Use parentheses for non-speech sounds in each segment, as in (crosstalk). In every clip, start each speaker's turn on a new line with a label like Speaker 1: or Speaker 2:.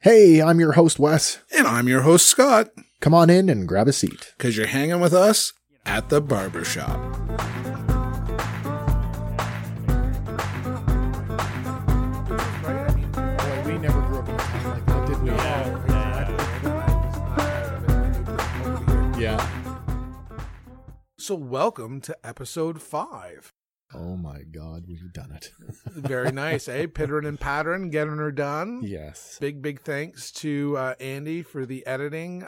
Speaker 1: Hey, I'm your host, Wes.
Speaker 2: And I'm your host, Scott,
Speaker 1: Come on in and grab a seat.
Speaker 2: because you're hanging with us at the barbershop.
Speaker 1: we never grew up in a time like that, did we? Yeah.
Speaker 2: So, welcome to episode five.
Speaker 1: Oh my God, we've done it. (laughs)
Speaker 2: Very nice, eh? Pittering and pattern, getting her done.
Speaker 1: yes.
Speaker 2: Big, big thanks to uh, Andy for the editing.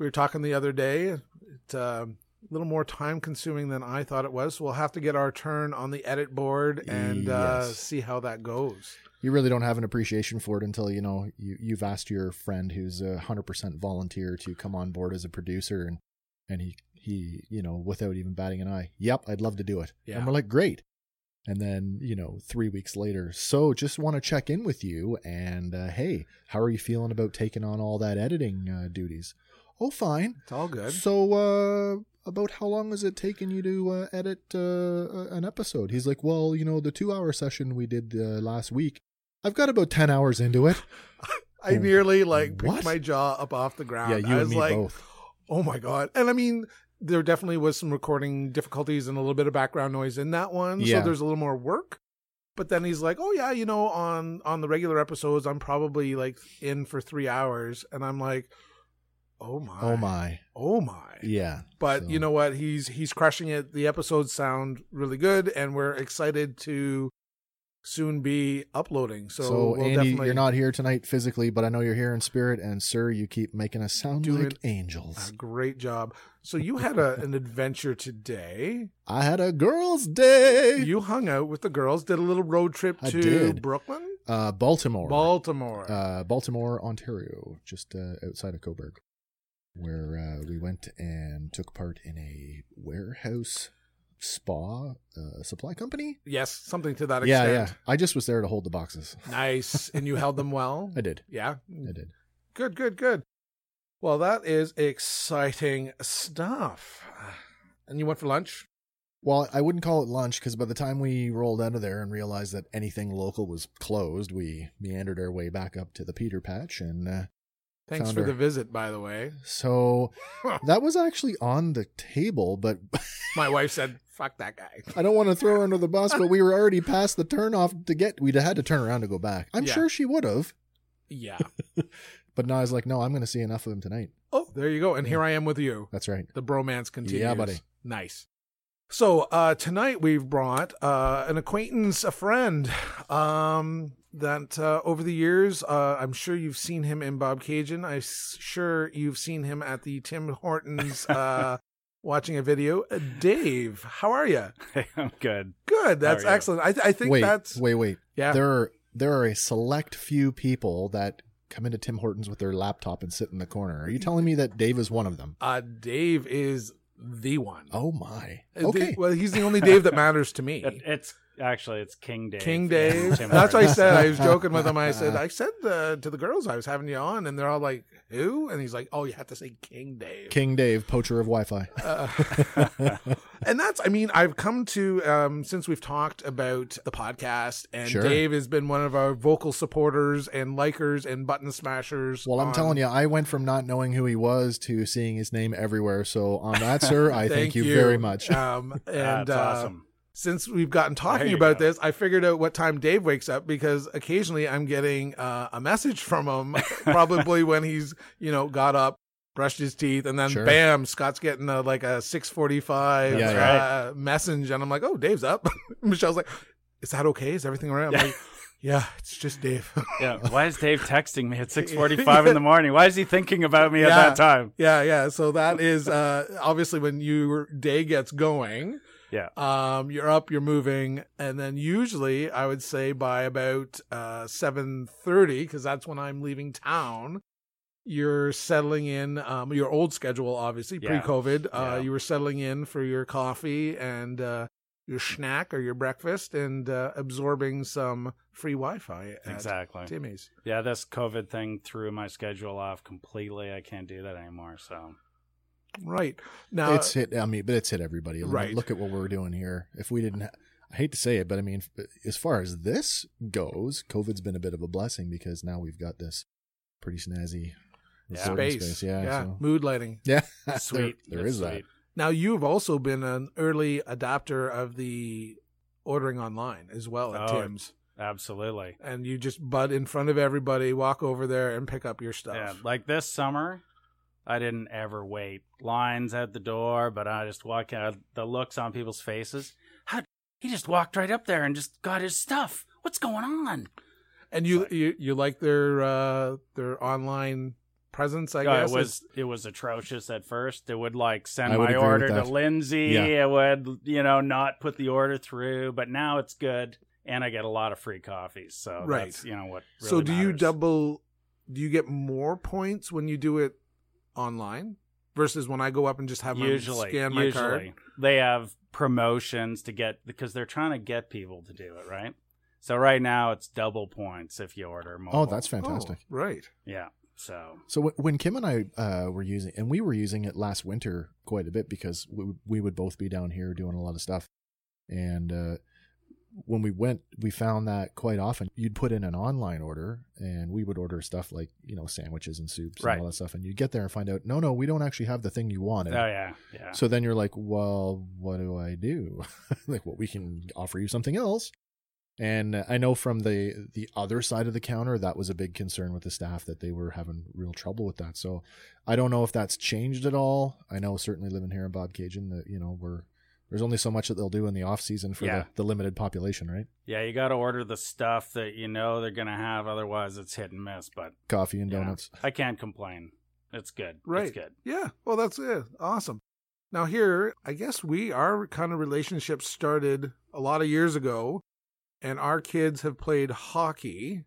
Speaker 2: We were talking the other day. It's uh, a little more time consuming than I thought it was. So we'll have to get our turn on the edit board and uh,
Speaker 1: Yes.
Speaker 2: see how that goes.
Speaker 1: You really don't have an appreciation for it until you know you, you've asked your friend who's a hundred percent volunteer to come on board as a producer, and and he he you know without even batting an eye, yep, I'd love to do it.
Speaker 2: Yeah.
Speaker 1: And we're like, great. And then you know three weeks later, so just want to check in with you and uh, hey, how are you feeling about taking on all that editing uh, duties? Oh, fine.
Speaker 2: It's all good.
Speaker 1: So, uh, about how long has it taken you to uh, edit uh, uh, an episode? He's like, well, you know, the two hour session we did uh, last week, I've got about 10 hours into
Speaker 2: (laughs)
Speaker 1: it.
Speaker 2: I nearly like picked
Speaker 1: What?
Speaker 2: my jaw up off the ground.
Speaker 1: yeah, you
Speaker 2: I
Speaker 1: and
Speaker 2: was
Speaker 1: me
Speaker 2: like,
Speaker 1: both.
Speaker 2: Oh my god! And I mean, there definitely was some recording difficulties and a little bit of background noise in that one,
Speaker 1: Yeah.
Speaker 2: so there's a little more work. But then he's like, "Oh yeah, you know, on on the regular episodes, I'm probably like in for three hours," and I'm like, "Oh my,
Speaker 1: Oh my.
Speaker 2: oh my!"
Speaker 1: Yeah.
Speaker 2: But
Speaker 1: so-
Speaker 2: you know what? He's he's crushing it. The episodes sound really good, and we're excited to soon be uploading. So,
Speaker 1: So,
Speaker 2: we'll
Speaker 1: Andy,
Speaker 2: definitely
Speaker 1: you're not here tonight physically, but I know you're here in spirit. And, sir, you keep making us sound
Speaker 2: Doing
Speaker 1: like angels.
Speaker 2: a great job. So you had a, an adventure today.
Speaker 1: I had a girl's day.
Speaker 2: (laughs) you hung out with the girls, did a little road trip
Speaker 1: I
Speaker 2: to
Speaker 1: did.
Speaker 2: Brooklyn,
Speaker 1: uh, Baltimore.
Speaker 2: Baltimore.
Speaker 1: uh, Baltimore, Ontario, just uh, outside of Coburg, where uh, we went and took part in a warehouse spa uh, supply company.
Speaker 2: yes, something to that
Speaker 1: yeah,
Speaker 2: extent.
Speaker 1: yeah. I just was there to hold the boxes.
Speaker 2: Nice, and you held them well.
Speaker 1: (laughs) I did.
Speaker 2: Yeah,
Speaker 1: I did.
Speaker 2: good, good, good. Well, that is exciting stuff. And you went for lunch.
Speaker 1: Well, I wouldn't call it lunch because by the time we rolled out of there and realized that anything local was closed, we meandered our way back up to the Peter Patch. And uh,
Speaker 2: Thanks
Speaker 1: Found
Speaker 2: for
Speaker 1: her.
Speaker 2: the visit, by the way. (laughs)
Speaker 1: so that was actually on the table, but
Speaker 2: My wife said, "Fuck that guy."
Speaker 1: I don't want to throw her under the bus, but we were already past the turnoff to get. We'd had to turn around to go back. I'm
Speaker 2: Yeah.
Speaker 1: sure she would have, (laughs)
Speaker 2: Yeah.
Speaker 1: but now I was like, no, I'm going to see enough of him tonight.
Speaker 2: Oh, there you go. And here I am with you.
Speaker 1: That's right.
Speaker 2: The bromance continues.
Speaker 1: buddy.
Speaker 2: Nice. So uh, tonight we've brought uh, an acquaintance, a friend um, that uh, over the years, uh, I'm sure you've seen him in Bob Cajun. I'm s- sure you've seen him at the Tim
Speaker 1: (laughs)
Speaker 2: Hortons uh, watching a video. Uh, Dave, how are you?
Speaker 3: I'm good.
Speaker 2: Good. That's
Speaker 3: are you?
Speaker 2: excellent. I, th- I think
Speaker 1: wait,
Speaker 2: that's
Speaker 1: wait, wait.
Speaker 2: yeah.
Speaker 1: There are there are a select few people that come into Tim Hortons with their laptop and sit in the corner. Are you telling me that Dave is one of them?
Speaker 2: Uh, Dave is the one.
Speaker 1: Oh my.
Speaker 2: Uh,
Speaker 1: Okay.
Speaker 2: Dave- well, he's the only Dave that matters
Speaker 1: (laughs)
Speaker 2: to me.
Speaker 3: It, it's actually it's King Dave.
Speaker 2: King
Speaker 3: from
Speaker 2: Dave.
Speaker 3: Tim
Speaker 2: That's what I
Speaker 3: Hortons.
Speaker 2: said. I was joking with him. I
Speaker 1: (laughs)
Speaker 2: said, I said uh, to the girls I was having you on, and they're all like, who? And he's like, oh, you have to say King Dave.
Speaker 1: King Dave, poacher of Wi-Fi.
Speaker 2: Uh, (laughs) and that's, I mean, I've come to, um, since we've talked about the podcast, and
Speaker 1: Sure.
Speaker 2: Dave has been one of our vocal supporters and likers and button smashers.
Speaker 1: Well, I'm
Speaker 2: on-
Speaker 1: telling you, I went from not knowing who he was to seeing his name everywhere. So on that, sir,
Speaker 2: (laughs)
Speaker 1: I thank, you, very much. (laughs)
Speaker 2: Um, and
Speaker 3: (laughs) That's
Speaker 2: uh,
Speaker 3: awesome.
Speaker 2: since we've gotten talking
Speaker 3: you
Speaker 2: about
Speaker 3: go.
Speaker 2: this, I figured out what time Dave wakes up because occasionally I'm getting uh, a message from him,
Speaker 3: (laughs)
Speaker 2: probably when he's you know got up, brushed his teeth, and then
Speaker 1: Sure.
Speaker 2: bam, Scott's getting a, like a six forty five
Speaker 1: That's
Speaker 3: right.
Speaker 2: uh, message, and I'm like, oh, Dave's up. (laughs) Michelle's like, is that okay? Is everything all right? I'm
Speaker 3: Yeah.
Speaker 2: like, yeah, it's just Dave.
Speaker 3: (laughs) Yeah. Why is Dave texting me
Speaker 2: (laughs)
Speaker 3: at 6:45 in the morning? Why is he thinking about me at
Speaker 2: Yeah.
Speaker 3: that time?
Speaker 2: yeah, yeah. So that is uh, obviously when your day gets going.
Speaker 3: Yeah.
Speaker 2: um you're up you're moving and then usually i would say by about uh 7:30 because that's when i'm leaving town you're settling in um your old schedule obviously
Speaker 3: Yeah.
Speaker 2: pre-covid uh
Speaker 3: Yeah.
Speaker 2: you were settling in for your coffee and uh your snack or your breakfast and uh, absorbing some free wi-fi at
Speaker 3: Exactly.
Speaker 2: timmy's
Speaker 3: Yeah, this COVID thing threw my schedule off completely. I can't do that anymore.
Speaker 2: (laughs)
Speaker 3: So
Speaker 2: right now
Speaker 1: it's hit. I mean, but it's hit everybody. Look-
Speaker 2: Uh, Right.
Speaker 1: Look at what we're doing here. If we didn't, ha- I hate to say it, but I mean, as far as this goes, COVID's been a bit of a blessing because now we've got this pretty snazzy
Speaker 3: Yeah.
Speaker 1: recording
Speaker 2: Space.
Speaker 1: Yeah, so-
Speaker 2: Mood lighting.
Speaker 1: yeah.
Speaker 3: Sweet.
Speaker 1: (laughs) there
Speaker 3: That's
Speaker 1: is that.
Speaker 3: sweet.
Speaker 2: Now you've also been an early adopter of the ordering online as well at
Speaker 3: Oh,
Speaker 2: Tim's,
Speaker 3: Absolutely.
Speaker 2: and you just butt in front of everybody, walk over there, and pick up your stuff.
Speaker 3: Yeah, like this summer, I didn't ever wait. Lines at the door, but I just walk out. The looks on people's faces. How he just walked right up there and just got his stuff. What's going on?
Speaker 2: and you, you you like their uh, their online presence, I
Speaker 3: Uh,
Speaker 2: guess.
Speaker 3: it was it was atrocious at first. It would like send
Speaker 1: I would
Speaker 3: my
Speaker 1: agree with
Speaker 3: order to
Speaker 1: that.
Speaker 3: Lindsay.
Speaker 1: Yeah.
Speaker 3: It would you know not put the order through, but now it's good, and I get a lot of free coffees. So
Speaker 2: Right.
Speaker 3: that's, you know what. Really
Speaker 2: so do you
Speaker 3: matters.
Speaker 2: double? Do you get more points when you do it online versus when I go up and just have my
Speaker 3: usually
Speaker 2: scan my
Speaker 3: usually
Speaker 2: card?
Speaker 3: they have promotions to get because they're trying to get people to do it right. So right now it's double points if you order mobile.
Speaker 1: Oh, that's fantastic.
Speaker 2: Oh, right.
Speaker 3: yeah. So
Speaker 1: So wh- when Kim and I uh, were using, and we were using it last winter quite a bit because we, we would both be down here doing a lot of stuff. And uh, when we went, we found that quite often you'd put in an online order, and we would order stuff like you know sandwiches and soups
Speaker 3: Right.
Speaker 1: and all that stuff. And you'd get there and find out, no, no, we don't actually have the thing you wanted.
Speaker 3: oh yeah yeah
Speaker 1: So then you're like, well, what do I do? (laughs) like, well, we can offer you something else. And uh, I know from the the other side of the counter, that was a big concern with the staff that they were having real trouble with that. So I don't know if that's changed at all. I know certainly living here in Bob Cajun that you know we're there's only so much that they'll do in the off season for
Speaker 3: Yeah.
Speaker 1: the, the limited population, right?
Speaker 3: yeah you got to order the stuff that you know they're gonna have otherwise it's hit and miss. But
Speaker 1: Coffee and
Speaker 3: Yeah.
Speaker 1: donuts.
Speaker 3: I can't complain. It's good.
Speaker 2: Right.
Speaker 3: It's good.
Speaker 2: Yeah. Well, that's it. Awesome. Now here, I guess we our kind of relationship started a lot of years ago, and our kids have played hockey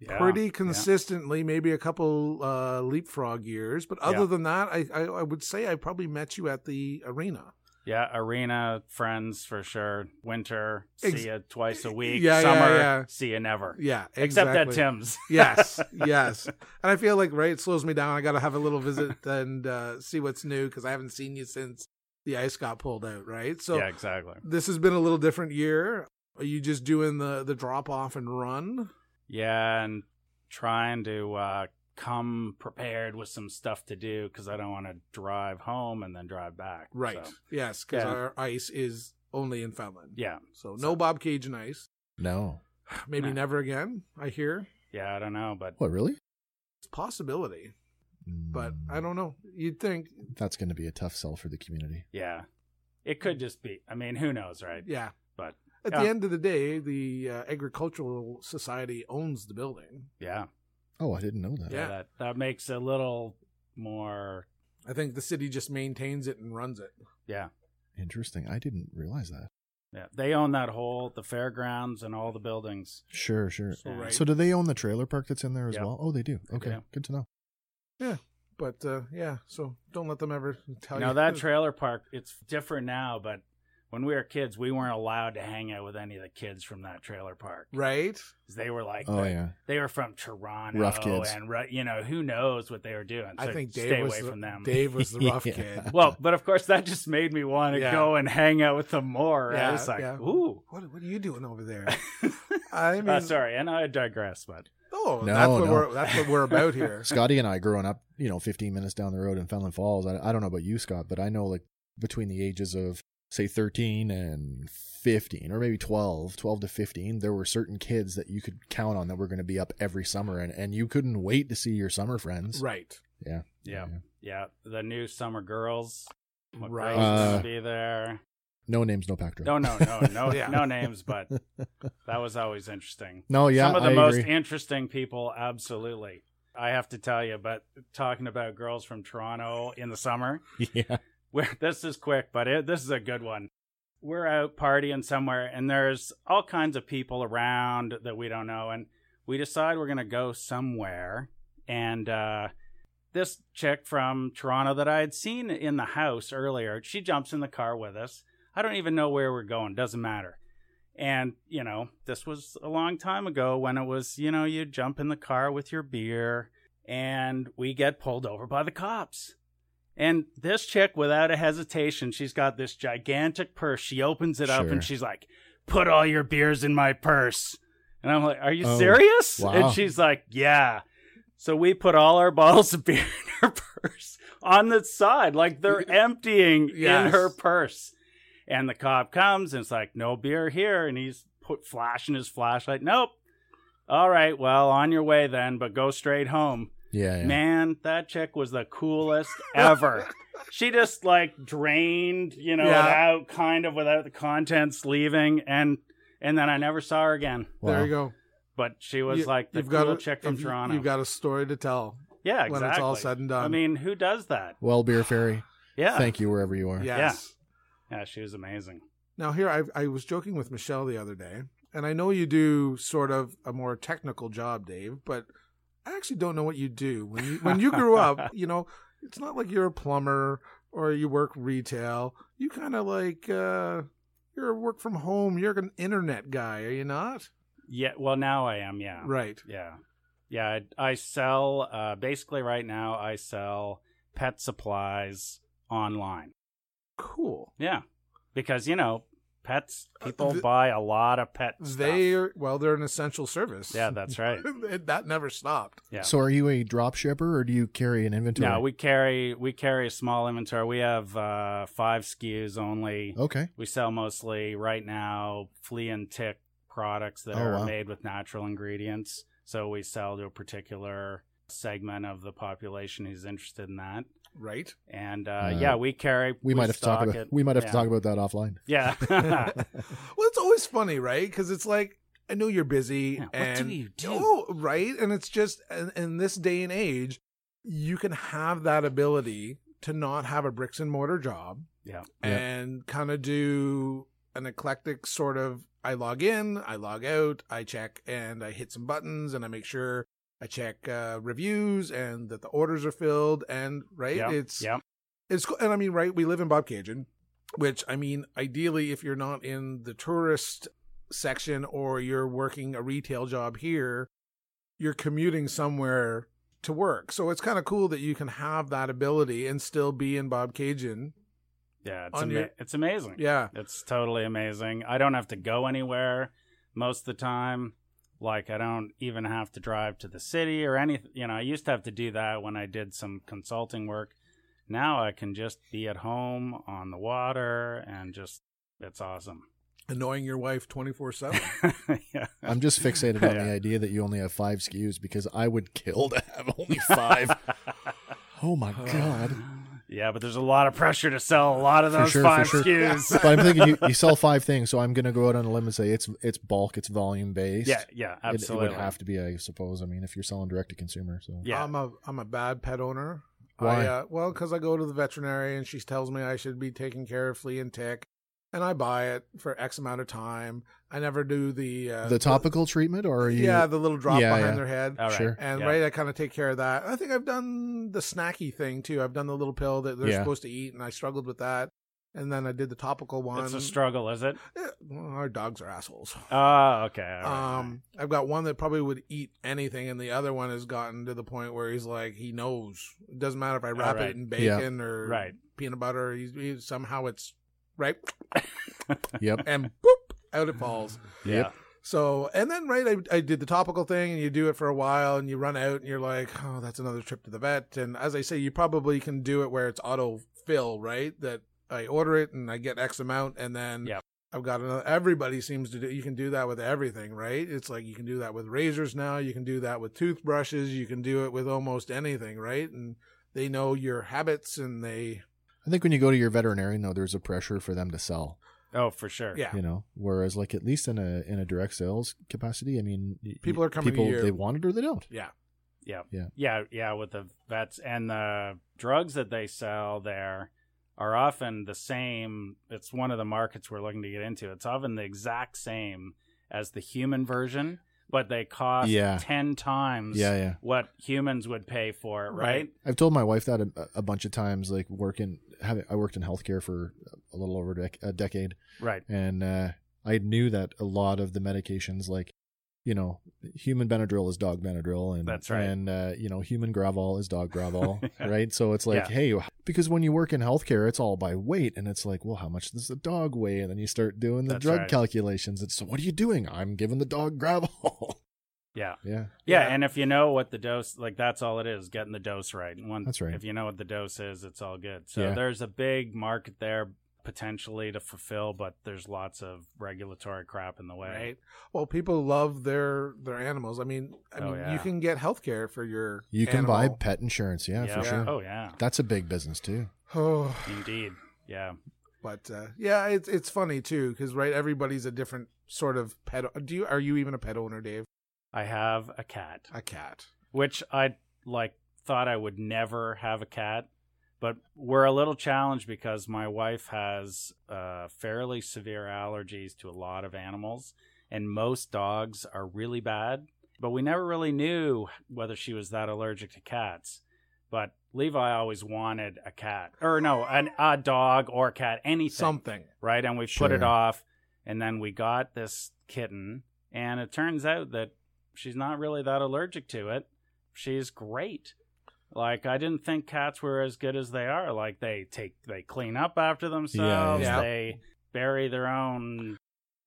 Speaker 3: Yeah.
Speaker 2: pretty
Speaker 3: yeah.
Speaker 2: consistently, maybe a couple uh, leapfrog years. But other
Speaker 3: Yeah.
Speaker 2: than that, I, I I would say I probably met you at the arena.
Speaker 3: Yeah, arena friends for sure. Winter,
Speaker 2: Ex-
Speaker 3: see you twice a week.
Speaker 2: Yeah, yeah,
Speaker 3: Summer,
Speaker 2: yeah.
Speaker 3: see you never.
Speaker 2: Yeah,
Speaker 3: Except
Speaker 2: exactly.
Speaker 3: at Tim's.
Speaker 2: yes, yes. And I feel like right, it slows me down. I got to have a little visit and uh, see what's new because I haven't seen you since the ice got pulled out. Right. So
Speaker 3: yeah, exactly.
Speaker 2: this has been a little different year. Are you just doing the the drop off and run?
Speaker 3: Yeah, and trying to uh, come prepared with some stuff to do because I don't want to drive home and then drive back.
Speaker 2: Right.
Speaker 3: So,
Speaker 2: Yes, because
Speaker 3: Yeah.
Speaker 2: our ice is only in Finland.
Speaker 3: yeah.
Speaker 2: So no Bob Cage and ice.
Speaker 1: No,
Speaker 2: Maybe
Speaker 3: Nah.
Speaker 2: never again. I hear
Speaker 3: Yeah, I don't know, but
Speaker 1: what really?
Speaker 2: it's a possibility, but I don't know. You'd think,
Speaker 1: Mm, That's going to be a tough sell for the community.
Speaker 3: yeah. It could just be. I mean, who knows, right?
Speaker 2: yeah.
Speaker 3: But-
Speaker 2: at the
Speaker 3: yeah.
Speaker 2: end of the day, the uh, agricultural society owns the building.
Speaker 3: Yeah.
Speaker 1: Oh, I didn't know that.
Speaker 2: Yeah.
Speaker 3: That, that makes a little more.
Speaker 2: I think the city just maintains it and runs it.
Speaker 3: Yeah.
Speaker 1: Interesting. I didn't realize that.
Speaker 3: Yeah. They own that whole, the fairgrounds and all the buildings.
Speaker 1: Sure, sure.
Speaker 3: So,
Speaker 2: right.
Speaker 1: So do they own the trailer park that's in there as
Speaker 3: Yep.
Speaker 1: well? Oh, they do.
Speaker 3: They
Speaker 1: Okay,
Speaker 3: do.
Speaker 1: good to know.
Speaker 2: But uh, yeah, so don't let them ever tell you (laughs)
Speaker 3: Now that trailer park, it's different now, but when we were kids, we weren't allowed to hang out with any of the kids from that trailer park.
Speaker 2: right?
Speaker 3: 'Cause They were like,
Speaker 1: Oh
Speaker 3: the-
Speaker 1: yeah,
Speaker 3: they were from Toronto,
Speaker 1: Rough kids.
Speaker 3: and ru- you know who knows what they were doing.
Speaker 2: I
Speaker 3: so
Speaker 2: think Dave
Speaker 3: stay
Speaker 2: was
Speaker 3: away
Speaker 2: the,
Speaker 3: from them.
Speaker 2: Dave was the rough
Speaker 1: Yeah.
Speaker 2: kid.
Speaker 3: (laughs) well, but of course that just made me want to
Speaker 2: Yeah.
Speaker 3: go and hang out with them more.
Speaker 2: Yeah,
Speaker 3: I was like,
Speaker 2: yeah.
Speaker 3: ooh.
Speaker 2: What what are you doing over
Speaker 3: (laughs)
Speaker 2: there? I mean,
Speaker 3: Uh, sorry, and I digress, but
Speaker 2: Oh,
Speaker 1: No,
Speaker 2: that's what
Speaker 1: no.
Speaker 2: we're that's what we're
Speaker 1: (laughs)
Speaker 2: about here.
Speaker 1: Scotty and I growing up, you know, 15 minutes down the road in Fenland Falls. I, I don't know about you, Scott, but I know like between the ages of say 13 and 15 or maybe 12 12 to 15 there were certain kids that you could count on that were going to be up every summer and, and you couldn't wait to see your summer friends
Speaker 2: right.
Speaker 3: yeah, yeah, the new summer girls, McGrath's
Speaker 2: Right.
Speaker 1: Uh,
Speaker 3: gonna be there.
Speaker 1: no names no pact
Speaker 3: No, no, no, no,
Speaker 2: Yeah.
Speaker 3: no names, but that was always interesting.
Speaker 1: (laughs) no Oh, yeah
Speaker 3: Some of the
Speaker 1: I
Speaker 3: most
Speaker 1: agree.
Speaker 3: interesting people, absolutely. I have to tell you, but talking about girls from Toronto in the summer, (laughs)
Speaker 1: (laughs) yeah
Speaker 3: where this is quick, but it, this is a good one. We're out partying somewhere, and there's all kinds of people around that we don't know, and we decide we're gonna go somewhere. And uh, this chick from Toronto that I had seen in the house earlier, she jumps in the car with us. I don't even know where we're going; doesn't matter. And you know, this was a long time ago when it was, you know, you jump in the car with your beer, and we get pulled over by the cops. And this chick, without a hesitation, she's got this gigantic purse. She opens it up
Speaker 1: Sure.
Speaker 3: and she's like, Put all your beers in my purse. And I'm like, Are you
Speaker 1: Oh,
Speaker 3: serious?
Speaker 1: wow.
Speaker 3: And she's like, Yeah. So we put all our (laughs) bottles of beer in her purse on the side, like they're emptying in
Speaker 2: Yes.
Speaker 3: her purse. And the cop comes and it's like, no beer here. And he's put flashing his flashlight. Nope. All right, well, on your way then, but go straight home.
Speaker 1: Yeah, yeah.
Speaker 3: Man, that chick was the coolest (laughs) ever. she just like drained, you know,
Speaker 2: Yeah.
Speaker 3: it out kind of without the contents leaving and and then I never saw her again.
Speaker 2: There
Speaker 1: Wow.
Speaker 2: you go.
Speaker 3: But she was
Speaker 2: You-
Speaker 3: like the
Speaker 2: you've got
Speaker 3: cool
Speaker 2: a-
Speaker 3: chick from
Speaker 2: if you-
Speaker 3: Toronto.
Speaker 2: You've got a story to tell
Speaker 3: yeah, exactly.
Speaker 2: when it's all said and done.
Speaker 3: I mean, who does that?
Speaker 1: Well, beer fairy,
Speaker 3: Yeah.
Speaker 1: thank you wherever you are.
Speaker 2: yes.
Speaker 3: yeah, she was amazing.
Speaker 2: Now here I I was joking with Michelle the other day, and I know you do sort of a more technical job, Dave, but I actually don't know what you do. When you when you
Speaker 3: (laughs)
Speaker 2: grew up, you know, it's not like you're a plumber or you work retail. You kind of like uh you're a work from home, you're an internet guy, are you not?
Speaker 3: Yeah, well now I am, yeah.
Speaker 2: Right.
Speaker 3: Yeah. Yeah, I, I sell uh basically right now I sell pet supplies online.
Speaker 2: Cool.
Speaker 3: Yeah, because you know, pets.
Speaker 2: Uh,
Speaker 3: People
Speaker 2: th-
Speaker 3: buy a lot of pet stuff.
Speaker 2: They are well, they're an essential service.
Speaker 1: (laughs)
Speaker 3: Yeah, that's right.
Speaker 2: (laughs) that never stopped.
Speaker 3: Yeah.
Speaker 1: So, are you a drop shipper or do you carry an inventory?
Speaker 3: No, we carry we carry a small inventory. We have uh, five SKUs only.
Speaker 1: Okay.
Speaker 3: We sell mostly right now flea and tick products that
Speaker 1: Oh,
Speaker 3: are
Speaker 1: wow.
Speaker 3: made with natural ingredients. So we sell to a particular segment of the population who's interested in that.
Speaker 2: Right?
Speaker 3: And uh,
Speaker 1: Uh,
Speaker 3: yeah, we carry.
Speaker 1: We, might have to talk
Speaker 3: stock
Speaker 1: about
Speaker 3: it.
Speaker 1: we might have
Speaker 3: yeah.
Speaker 1: to talk about that offline.
Speaker 3: Yeah.
Speaker 2: (laughs)
Speaker 3: (laughs)
Speaker 2: well, it's always funny, right? Because it's like I know you're busy.
Speaker 3: Yeah, what do
Speaker 2: and,
Speaker 3: you do?
Speaker 2: Oh, right, and it's just in, in this day and age, you can have that ability to not have a bricks and mortar job.
Speaker 3: Yeah.
Speaker 1: Yeah.
Speaker 2: and kind of do an eclectic sort of. I log in, I log out, I check, and I hit some buttons, and I make sure I check uh, reviews and that the orders are filled. And right,
Speaker 3: Yeah,
Speaker 2: it's
Speaker 3: yeah.
Speaker 2: it's cool. And I mean, right, we live in Bob Cajun, which I mean, ideally, if you're not in the tourist section or you're working a retail job here, you're commuting somewhere to work. So it's kind of cool that you can have that ability and still be in Bob Cajun.
Speaker 3: yeah. It's,
Speaker 2: On
Speaker 3: ama-
Speaker 2: your-
Speaker 3: it's amazing.
Speaker 2: Yeah.
Speaker 3: It's totally amazing. I don't have to go anywhere most of the time. Like I don't even have to drive to the city or anything. You know, I used to have to do that when I did some consulting work. Now I can just be at home on the water and just it's awesome. (laughs)
Speaker 2: Annoying your wife
Speaker 1: (laughs)
Speaker 2: 24 7.
Speaker 3: yeah.
Speaker 1: I'm
Speaker 3: (laughs)
Speaker 1: just fixated on
Speaker 3: Yeah.
Speaker 1: the idea that you only have five SKUs because I would kill to have only five. oh my (sighs) god!
Speaker 3: (laughs) yeah, but there's a lot of pressure to sell a lot of
Speaker 1: For
Speaker 3: those
Speaker 1: sure, for
Speaker 3: five
Speaker 1: sure. (laughs)
Speaker 3: SKUs.
Speaker 1: But I'm thinking you, you sell five things, so I'm going to go out on a limb and say it's it's bulk, it's volume based.
Speaker 3: yeah, yeah,
Speaker 1: It-
Speaker 3: absolutely.
Speaker 1: It, would have to be, I suppose. I mean, if you're selling direct to consumer, so
Speaker 3: yeah.
Speaker 2: I'm a I'm a bad pet owner.
Speaker 1: Why?
Speaker 2: I, uh, well, because I go to the veterinary and she tells me I should be taking care of flea and tick, and I buy it for X amount of time. I never do the uh,
Speaker 1: the topical treatment, or are you?
Speaker 2: yeah the little drop
Speaker 1: Yeah,
Speaker 2: behind
Speaker 1: yeah.
Speaker 2: their head.
Speaker 3: All right.
Speaker 1: Sure.
Speaker 2: And
Speaker 3: Oh, yeah.
Speaker 2: right, I kind of take care of that. I think I've done the snacky thing too. I've done the little pill that they're
Speaker 1: Yeah.
Speaker 2: supposed to eat, and I struggled with that. And then I did the topical one.
Speaker 3: It's a struggle, is it?
Speaker 2: Eh, well, our dogs are assholes.
Speaker 3: Oh, okay. all right, all right.
Speaker 2: Um, (laughs) I've got one that probably would eat anything, and the other one has gotten to the point where he's like, he knows. It doesn't matter if I wrap
Speaker 3: right.
Speaker 2: it in
Speaker 1: Yeah.
Speaker 2: bacon or
Speaker 3: Right.
Speaker 2: peanut butter. He's, he, somehow it's right,
Speaker 3: (laughs)
Speaker 1: Yep.
Speaker 2: and boop out it falls.
Speaker 3: Yeah.
Speaker 2: So, and then right, I, I did the topical thing, and you do it for a while, and you run out, and you're like, oh, that's another trip to the vet. And as I say, you probably can do it where it's auto fill, right? That I order it and I get X amount, and then
Speaker 3: Yeah.
Speaker 2: I've got another. Everybody seems to do. You can do that with everything, right? It's like you can do that with razors now. You can do that with toothbrushes. You can do it with almost anything, right? And they know your habits, and they
Speaker 1: I think when you go to your veterinarian, though, there's a pressure for them to sell.
Speaker 3: Oh, for sure.
Speaker 2: yeah,
Speaker 1: You know, whereas like at least in a in a direct sales capacity, I mean, y-
Speaker 2: People are coming to
Speaker 1: People
Speaker 2: you.
Speaker 1: they want it or they don't.
Speaker 3: Yeah, yeah, with the vets and the drugs that they sell there are often the same. It's one of the markets we're looking to get into. It's often the exact same as the human version, but they cost
Speaker 1: Yeah.
Speaker 3: 10 times
Speaker 1: Yeah, yeah.
Speaker 3: what humans would pay for it, right?
Speaker 1: I've told my wife that a, a bunch of times. Like working, having I worked in healthcare for a little over dec- a decade,
Speaker 3: Right.
Speaker 1: and uh, I knew that a lot of the medications, like you know, human Benadryl is dog Benadryl, and
Speaker 3: That's right.
Speaker 1: and uh, you know, human Gravol is dog Gravol,
Speaker 3: (laughs) Yeah.
Speaker 1: right? So it's like,
Speaker 3: Yeah.
Speaker 1: hey, because when you work in healthcare, it's all by weight, and it's like, well, how much does the dog weigh? And then you start doing the
Speaker 3: That's
Speaker 1: drug
Speaker 3: right.
Speaker 1: calculations. It's so what are you doing? I'm giving the dog Gravol.
Speaker 3: (laughs) Yeah.
Speaker 1: Yeah.
Speaker 3: Yeah,
Speaker 2: Yeah.
Speaker 3: and if you know what the dose, like that's all it is, getting the dose right. And one,
Speaker 1: That's right.
Speaker 3: If you know what the dose is, it's all good. So
Speaker 1: Yeah.
Speaker 3: there's a big market there potentially to fulfill, but there's lots of regulatory crap in the way.
Speaker 2: right? Well, people love their their animals. I mean, I
Speaker 3: Oh,
Speaker 2: mean,
Speaker 3: yeah.
Speaker 2: you can get health care for your
Speaker 1: You can buy
Speaker 2: animal.
Speaker 1: pet insurance. Yeah,
Speaker 3: Yeah.
Speaker 1: for sure.
Speaker 3: Oh yeah,
Speaker 1: That's a big business too.
Speaker 2: Oh,
Speaker 3: indeed. Yeah.
Speaker 2: but uh, yeah, it's it's funny too because right, everybody's a different sort of pet. Do you are you even a pet owner, Dave?
Speaker 3: I have a cat,
Speaker 2: A cat.
Speaker 3: which I like thought I would never have a cat, but we're a little challenged because my wife has uh, fairly severe allergies to a lot of animals, and most dogs are really bad. But we never really knew whether she was that allergic to cats. But Levi always wanted a cat, or no, an, a dog or a cat, anything
Speaker 2: Something.
Speaker 3: right? And we put it
Speaker 1: Sure.
Speaker 3: off, and then we got this kitten, and it turns out that she's not really that allergic to it. She's great. Like I didn't think cats were as good as they are. Like they take, they clean up after themselves.
Speaker 2: Yeah.
Speaker 3: They bury their own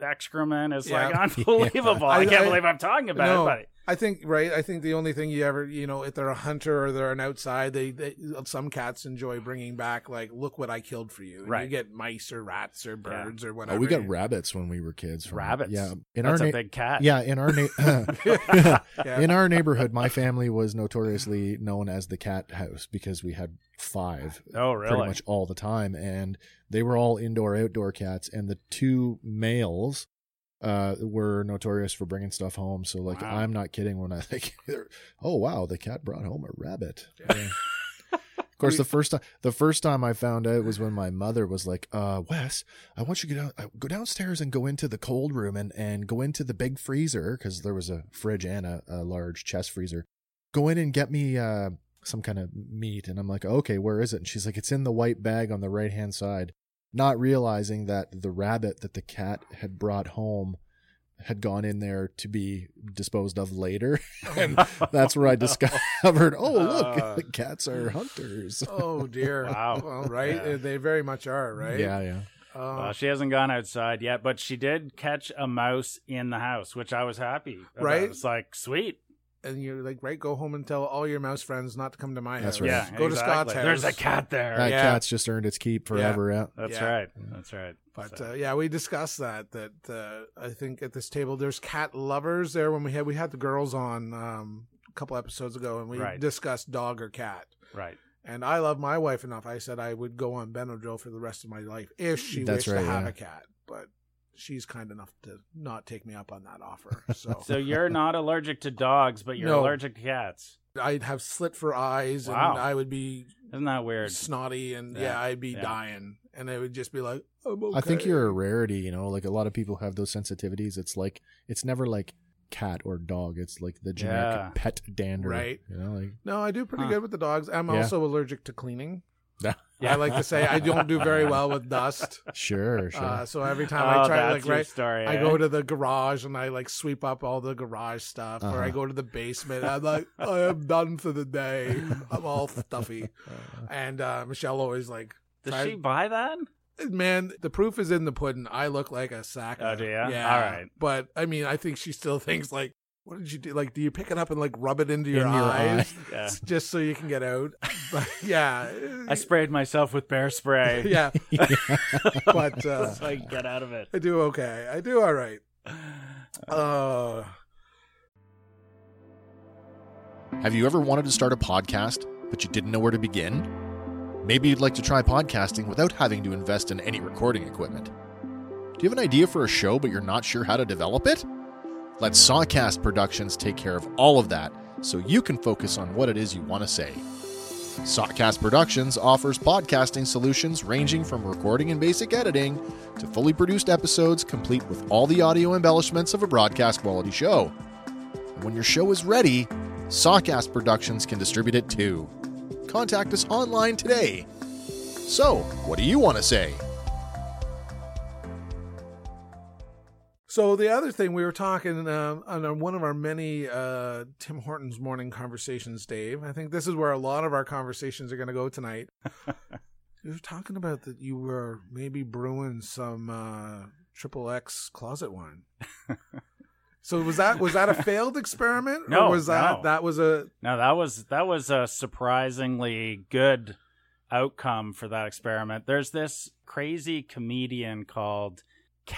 Speaker 3: excrement. It's like
Speaker 2: Yeah.
Speaker 3: unbelievable. I,
Speaker 2: I-
Speaker 3: can't
Speaker 2: I-
Speaker 3: believe I'm talking about
Speaker 2: No.
Speaker 3: it. But
Speaker 2: I think right. I think the only thing you ever, you know, if they're a hunter or they're an outside, they, they some cats enjoy bringing back like, look what I killed for you. And
Speaker 3: Right.
Speaker 2: You get mice or rats or birds or whatever.
Speaker 1: Oh, we got rabbits when we were kids. from-
Speaker 3: Rabbits?
Speaker 1: Yeah. In
Speaker 3: that's
Speaker 1: our
Speaker 3: a
Speaker 1: na-
Speaker 3: big cat.
Speaker 1: yeah, (laughs) in our na- (laughs)
Speaker 2: Yeah.
Speaker 1: in our neighborhood, my family was notoriously known as the cat house because we had five
Speaker 3: (laughs) oh, really?
Speaker 1: pretty much all the time, and they were all indoor outdoor cats, and the two males uh were notorious for bringing stuff home so like
Speaker 3: Wow.
Speaker 1: i'm not kidding when i (laughs) like they're, oh wow the cat brought home a rabbit
Speaker 3: (laughs)
Speaker 2: Yeah.
Speaker 1: of course the first time the first time i found out was when my mother was like uh wes i want you to go, down, uh, go downstairs and go into the cold room and and go into the big freezer because there was a fridge and a, a large chest freezer go in and get me uh some kind of meat and i'm like okay where is it and she's like it's in the white bag on the right hand side not realizing that the rabbit that the cat had brought home had gone in there to be disposed of later (laughs) and
Speaker 3: (laughs)
Speaker 1: that's where i discovered oh look
Speaker 3: Oh, Uh.
Speaker 1: (laughs) cats are hunters
Speaker 2: oh dear.
Speaker 3: (laughs) Wow.
Speaker 2: Well, right.
Speaker 3: Yeah.
Speaker 2: They very much are. Right.
Speaker 1: yeah yeah
Speaker 2: Um,
Speaker 3: Well, she hasn't gone outside yet, but she did catch a mouse in the house, which I was happy. about.
Speaker 2: Right?
Speaker 3: It's like sweet.
Speaker 2: and you're like, right, go home and tell all your mouse friends not to come to my
Speaker 1: That's
Speaker 2: house.
Speaker 1: right.
Speaker 3: Yeah.
Speaker 2: Go to
Speaker 3: exactly.
Speaker 2: Scott's house.
Speaker 3: There's a cat there.
Speaker 1: that
Speaker 2: Yeah.
Speaker 1: cat's just earned its keep forever yeah,
Speaker 3: That's
Speaker 2: Yeah.
Speaker 3: right. That's right.
Speaker 2: But
Speaker 3: So-
Speaker 2: uh, yeah, we discussed that. That uh, I think at this table, there's cat lovers there. When we had we had the girls on um, a couple episodes ago, and we
Speaker 3: Right.
Speaker 2: discussed dog or cat. (laughs)
Speaker 3: right.
Speaker 2: And I love my wife enough. I said I would go on Benadryl for the rest of my life if she
Speaker 1: That's
Speaker 2: wished
Speaker 1: right,
Speaker 2: to have
Speaker 1: yeah.
Speaker 2: a cat. But she's kind enough to not take me up on that
Speaker 1: (laughs)
Speaker 2: offer. So,
Speaker 3: So you're not allergic to dogs, but you're
Speaker 2: No.
Speaker 3: allergic to cats.
Speaker 2: I'd have slit for eyes,
Speaker 3: Wow.
Speaker 2: and I would be
Speaker 3: Isn't that weird?
Speaker 2: snotty, and yeah,
Speaker 3: Yeah,
Speaker 2: I'd be
Speaker 3: yeah.
Speaker 2: dying, and it would just be like, I'm okay.
Speaker 1: I think you're a rarity, you know, like a lot of people have those sensitivities. It's like it's never like cat or dog. It's like the generic
Speaker 3: Yeah.
Speaker 1: pet dander.
Speaker 2: Right.
Speaker 1: You know, like
Speaker 2: No, I do pretty
Speaker 3: Huh.
Speaker 2: good with the dogs. I'm
Speaker 1: Yeah.
Speaker 2: also allergic to cleaning.
Speaker 3: Yeah.
Speaker 2: I like to say I don't do very well with
Speaker 3: (laughs)
Speaker 2: dust.
Speaker 1: sure, sure.
Speaker 2: Uh, so every time
Speaker 3: Oh,
Speaker 2: I try,
Speaker 3: that's
Speaker 2: like,
Speaker 3: your
Speaker 2: right,
Speaker 3: story.
Speaker 2: I
Speaker 3: eh?
Speaker 2: go to the garage and I like sweep up all the garage stuff, or
Speaker 1: Uh-huh.
Speaker 2: I go to the basement. I'm like, I am done for the day. I'm all stuffy.
Speaker 1: (laughs) Uh,
Speaker 2: And (laughs) uh, Michelle always like,
Speaker 3: Does she buy that?
Speaker 2: man, the proof is in the pudding. I look like a sack.
Speaker 3: Oh,
Speaker 2: of-"
Speaker 3: do ya?
Speaker 2: Yeah.
Speaker 3: All right.
Speaker 2: But I mean, I think she still (laughs) thinks like, what did you do? Like, do you pick it up and like rub it into your,
Speaker 1: in your
Speaker 2: eyes?
Speaker 1: eye.
Speaker 3: Yeah.
Speaker 2: (laughs) Just so you can get out, (laughs) but yeah, (laughs)
Speaker 3: I sprayed myself with bear spray. (laughs)
Speaker 2: yeah, but uh,
Speaker 1: (laughs)
Speaker 3: so I can get out of it.
Speaker 2: I do okay. I do all right. (laughs)
Speaker 3: (laughs)
Speaker 2: Uh,
Speaker 1: Have you ever wanted to start a podcast, but you didn't know where to begin? Maybe you'd like to try podcasting without having to invest in any recording equipment. Do you have an idea for a show, but you're not sure how to develop it? Let Sawcast Productions take care of all of that so you can focus on what it is you want to say. Sawcast Productions offers podcasting solutions ranging from recording and basic editing to fully produced episodes complete with all the audio embellishments of a broadcast quality show. And When your show is ready, Sawcast Productions can distribute it too. Contact us online today. So, what do you want to say?
Speaker 2: so the other thing we were talking um, on our- one of our many uh, Tim Hortons morning conversations, Dave. I think this is where a lot of our conversations are going to go
Speaker 3: (laughs)
Speaker 2: tonight. you were talking about that you were
Speaker 3: (laughs)
Speaker 2: maybe brewing some uh, triple X closet wine. So was that was that a failed experiment?
Speaker 3: No,
Speaker 2: or was that
Speaker 3: no.
Speaker 2: that was a
Speaker 3: No, that was that was a surprisingly good outcome for that experiment. There's this crazy comedian called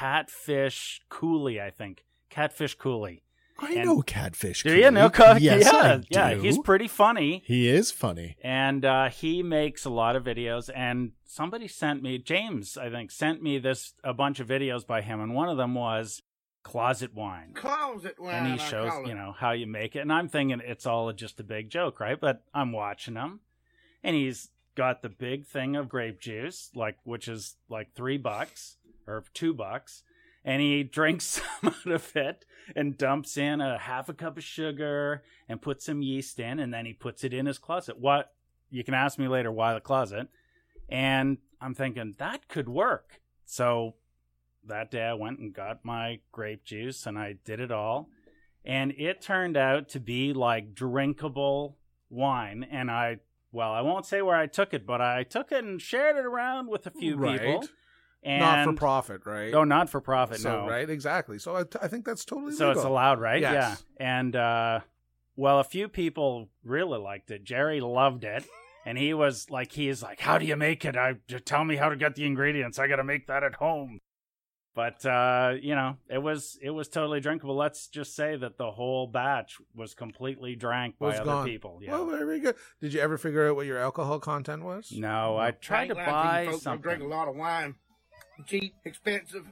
Speaker 3: Catfish Cooley, I think. Catfish Cooley.
Speaker 1: I
Speaker 3: And-
Speaker 1: know Catfish.
Speaker 3: Do you know
Speaker 1: Cooley.
Speaker 3: Cat-
Speaker 1: Yes,
Speaker 3: yeah,
Speaker 1: I
Speaker 3: yeah,
Speaker 1: do.
Speaker 3: he's pretty funny.
Speaker 1: He is funny.
Speaker 3: and uh, he makes a lot of videos. And somebody sent me James, I think, sent me this a bunch of videos by him, and one of them was closet wine.
Speaker 4: Closet wine.
Speaker 3: And he
Speaker 4: I
Speaker 3: shows,
Speaker 4: call it.
Speaker 3: you know, how you make it. And I'm thinking it's all just a big joke, right? But I'm watching him, and he's got the big thing of grape juice, like which is like three bucks or two bucks, and he (laughs) drinks some out of it and dumps in a half a cup of sugar and puts some yeast in, and then he puts it in his closet. What you can ask me later why the closet, and I'm thinking that could work. So that day I went and got my grape juice and I did it all. And it turned out to be like drinkable wine. And I, well, I won't say where I took it, but I took it and shared it around with a few
Speaker 2: right?
Speaker 3: people. And
Speaker 2: Not for profit, right?
Speaker 3: No, not for profit.
Speaker 2: so,
Speaker 3: no.
Speaker 2: right, exactly. So I, I think that's totally
Speaker 3: So
Speaker 2: legal.
Speaker 3: it's allowed, right?
Speaker 2: Yes.
Speaker 3: Yeah. And uh well, a few people really liked it. Jerry loved it. And he was like, he is like, how do you make it? I just tell me how to get the ingredients. I got to make that at home. But uh, you know, it was it was totally drinkable. Let's just say that the whole batch was completely drank by
Speaker 2: Was
Speaker 3: other
Speaker 2: gone.
Speaker 3: people. Yeah.
Speaker 2: Well, very good. Did you ever figure out what your alcohol content was?
Speaker 3: no, I tried to
Speaker 4: Ain't lying
Speaker 3: buy
Speaker 4: you folks. I drink a
Speaker 3: something.
Speaker 4: lot of wine. Cheap, expensive.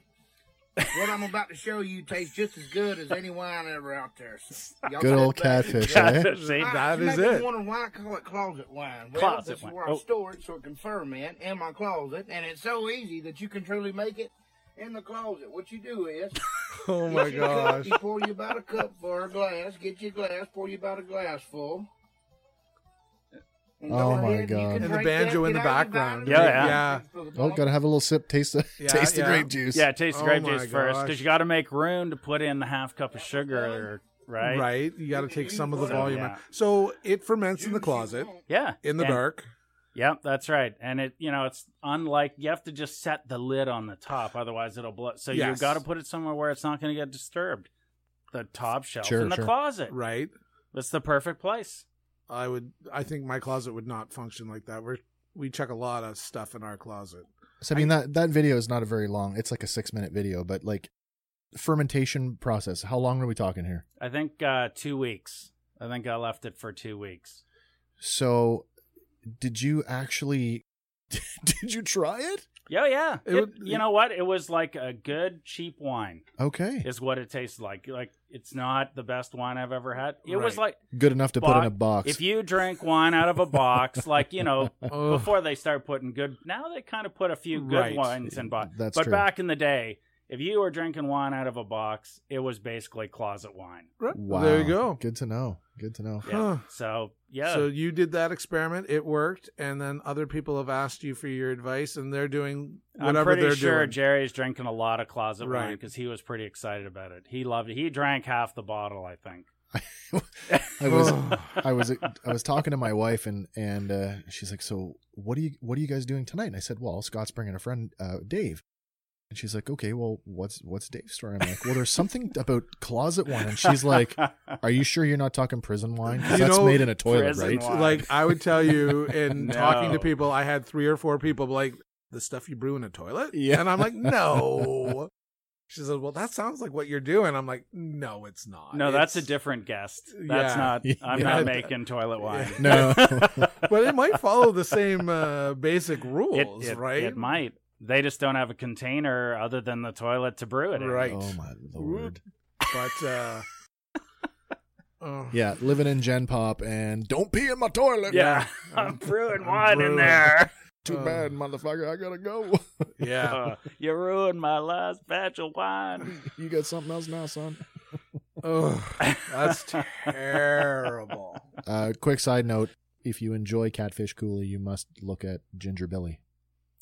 Speaker 4: what I'm about to show you tastes just as good as any wine ever out there.
Speaker 3: (laughs)
Speaker 4: So y'all
Speaker 1: Good
Speaker 4: sit
Speaker 1: old
Speaker 4: back.
Speaker 1: catfish, eh?
Speaker 3: See?
Speaker 4: I-
Speaker 2: That
Speaker 4: you
Speaker 2: is
Speaker 4: may be
Speaker 2: it.
Speaker 4: wondering why I call it closet wine. Well,
Speaker 3: Closet
Speaker 4: this
Speaker 3: wine.
Speaker 4: is where
Speaker 3: Oh.
Speaker 4: I store it so it can ferment in my closet, and it's so easy that you can truly make it in the closet. What you do is,
Speaker 2: (laughs) Oh
Speaker 3: (laughs)
Speaker 4: get
Speaker 2: my
Speaker 4: your cup,
Speaker 2: gosh.
Speaker 4: you pour you about a cup for a glass, get your glass, pour you about a glass full. And go
Speaker 1: Oh my
Speaker 4: ahead, you
Speaker 1: God.
Speaker 4: can
Speaker 1: And
Speaker 2: the
Speaker 4: drink
Speaker 2: banjo
Speaker 4: that,
Speaker 2: in
Speaker 4: get
Speaker 2: the
Speaker 4: out your
Speaker 2: background.
Speaker 4: vitamins,
Speaker 3: Yeah,
Speaker 2: yeah.
Speaker 4: vitamins for the
Speaker 1: Oh, gotta have a little sip. Taste the
Speaker 2: Yeah,
Speaker 1: taste the
Speaker 2: yeah.
Speaker 1: grape juice.
Speaker 3: Yeah, taste the
Speaker 2: Oh
Speaker 3: grape
Speaker 2: my
Speaker 3: juice first
Speaker 2: gosh.
Speaker 3: because you got to make room to put in the half cup of sugar, right?
Speaker 2: You got to take some of the
Speaker 4: So,
Speaker 2: volume
Speaker 3: yeah.
Speaker 2: out. So it ferments in the closet,
Speaker 3: Yeah.
Speaker 2: in the
Speaker 3: And-
Speaker 2: dark.
Speaker 3: Yep, that's right. And it, you know, it's unlike you have to just set the lid on the top, otherwise it'll blow. So
Speaker 2: Yes.
Speaker 3: you got to put it somewhere where it's not going to get disturbed. The top shelf
Speaker 1: Sure,
Speaker 3: in the
Speaker 1: sure.
Speaker 3: closet.
Speaker 2: Right.
Speaker 3: That's the perfect place.
Speaker 2: I would. I think my closet would not function like that. We're we check a lot of stuff in our closet.
Speaker 1: So I mean that that video is not a very long. It's like a six minute video, but like fermentation process. How long are we talking here?
Speaker 3: I think uh, two weeks. I think I left it for two weeks.
Speaker 1: So, did you actually? (laughs) Did you try it?
Speaker 3: Yeah, yeah.
Speaker 2: It
Speaker 3: It-
Speaker 2: would-
Speaker 3: you know what? It was like a good cheap wine
Speaker 1: Okay,
Speaker 3: is what it tastes like. Like it's not the best wine I've ever had. It was
Speaker 2: Right.
Speaker 3: like
Speaker 1: good enough to put in a box.
Speaker 3: if you drink wine out of
Speaker 1: (laughs)
Speaker 3: a box, like you know,
Speaker 2: Oh,
Speaker 3: before they start putting good. Now they kind of put a few good
Speaker 2: Right.
Speaker 3: wines in box.
Speaker 1: That's
Speaker 3: but
Speaker 1: true.
Speaker 3: back in the day, if you were drinking wine out of a box, it was basically closet wine.
Speaker 1: wow,
Speaker 2: There you go.
Speaker 1: Good to know. Good to know.
Speaker 3: Yeah.
Speaker 2: Huh.
Speaker 3: So yeah,
Speaker 2: So you did that experiment. It worked, and then other people have asked you for your advice, and they're doing
Speaker 3: I'm
Speaker 2: whatever
Speaker 3: pretty
Speaker 2: they're
Speaker 3: sure
Speaker 2: doing.
Speaker 3: Jerry's drinking a lot of closet wine
Speaker 2: Right.
Speaker 3: because he was pretty excited about it. He loved it. He drank half the bottle, I think.
Speaker 1: I was
Speaker 2: Oh. (laughs)
Speaker 1: I was I was talking to my wife and and uh, she's like, so what do you what are you guys doing tonight? And I said, well, Scott's bringing a friend, uh, Dave. And she's like, okay, well, what's what's Dave's story? I'm like, well, there's something about closet wine. And she's
Speaker 2: (laughs)
Speaker 1: like, are you sure you're not talking prison wine? 'Cause
Speaker 2: You
Speaker 1: that's
Speaker 2: know,
Speaker 1: made in a toilet,
Speaker 3: prison
Speaker 1: right?
Speaker 3: wine.
Speaker 2: like I would tell
Speaker 3: (laughs)
Speaker 2: you in
Speaker 3: No.
Speaker 2: talking to people, I had three or four people be like the stuff you brew in a toilet.
Speaker 1: Yeah.
Speaker 2: and I'm
Speaker 3: (laughs)
Speaker 2: like, no. She said, "Well, that sounds like what you're doing." I'm like, "No, it's not."
Speaker 3: (laughs) no, that's a
Speaker 2: It's-
Speaker 3: different guest. That's
Speaker 2: Yeah.
Speaker 3: not. I'm
Speaker 1: Yeah.
Speaker 3: not
Speaker 1: (laughs)
Speaker 3: making toilet wine.
Speaker 1: No.
Speaker 3: (laughs)
Speaker 1: (laughs)
Speaker 2: but it might follow the same uh, basic
Speaker 3: It-
Speaker 2: rules,
Speaker 3: it-
Speaker 2: right?
Speaker 3: It might. They just don't have a container other than the toilet to brew it in.
Speaker 2: Right.
Speaker 1: Oh my lord.
Speaker 2: But
Speaker 3: (laughs)
Speaker 2: uh, oh,
Speaker 1: Yeah, living in Gen Pop and don't pee in my toilet.
Speaker 3: Yeah, (laughs) I'm
Speaker 2: I'm-
Speaker 3: brewing
Speaker 2: I'm
Speaker 3: wine in
Speaker 2: brewing.
Speaker 3: there.
Speaker 1: Too
Speaker 2: Uh.
Speaker 1: bad, motherfucker. I gotta go.
Speaker 2: (laughs)
Speaker 1: (laughs)
Speaker 2: yeah.
Speaker 3: (laughs) Uh, you ruined my last batch of wine.
Speaker 1: you got something else now, son.
Speaker 2: Oh,
Speaker 3: (laughs)
Speaker 2: that's terrible.
Speaker 1: Uh, quick side note: If you enjoy Catfish Cooley, you must look at Ginger Billy.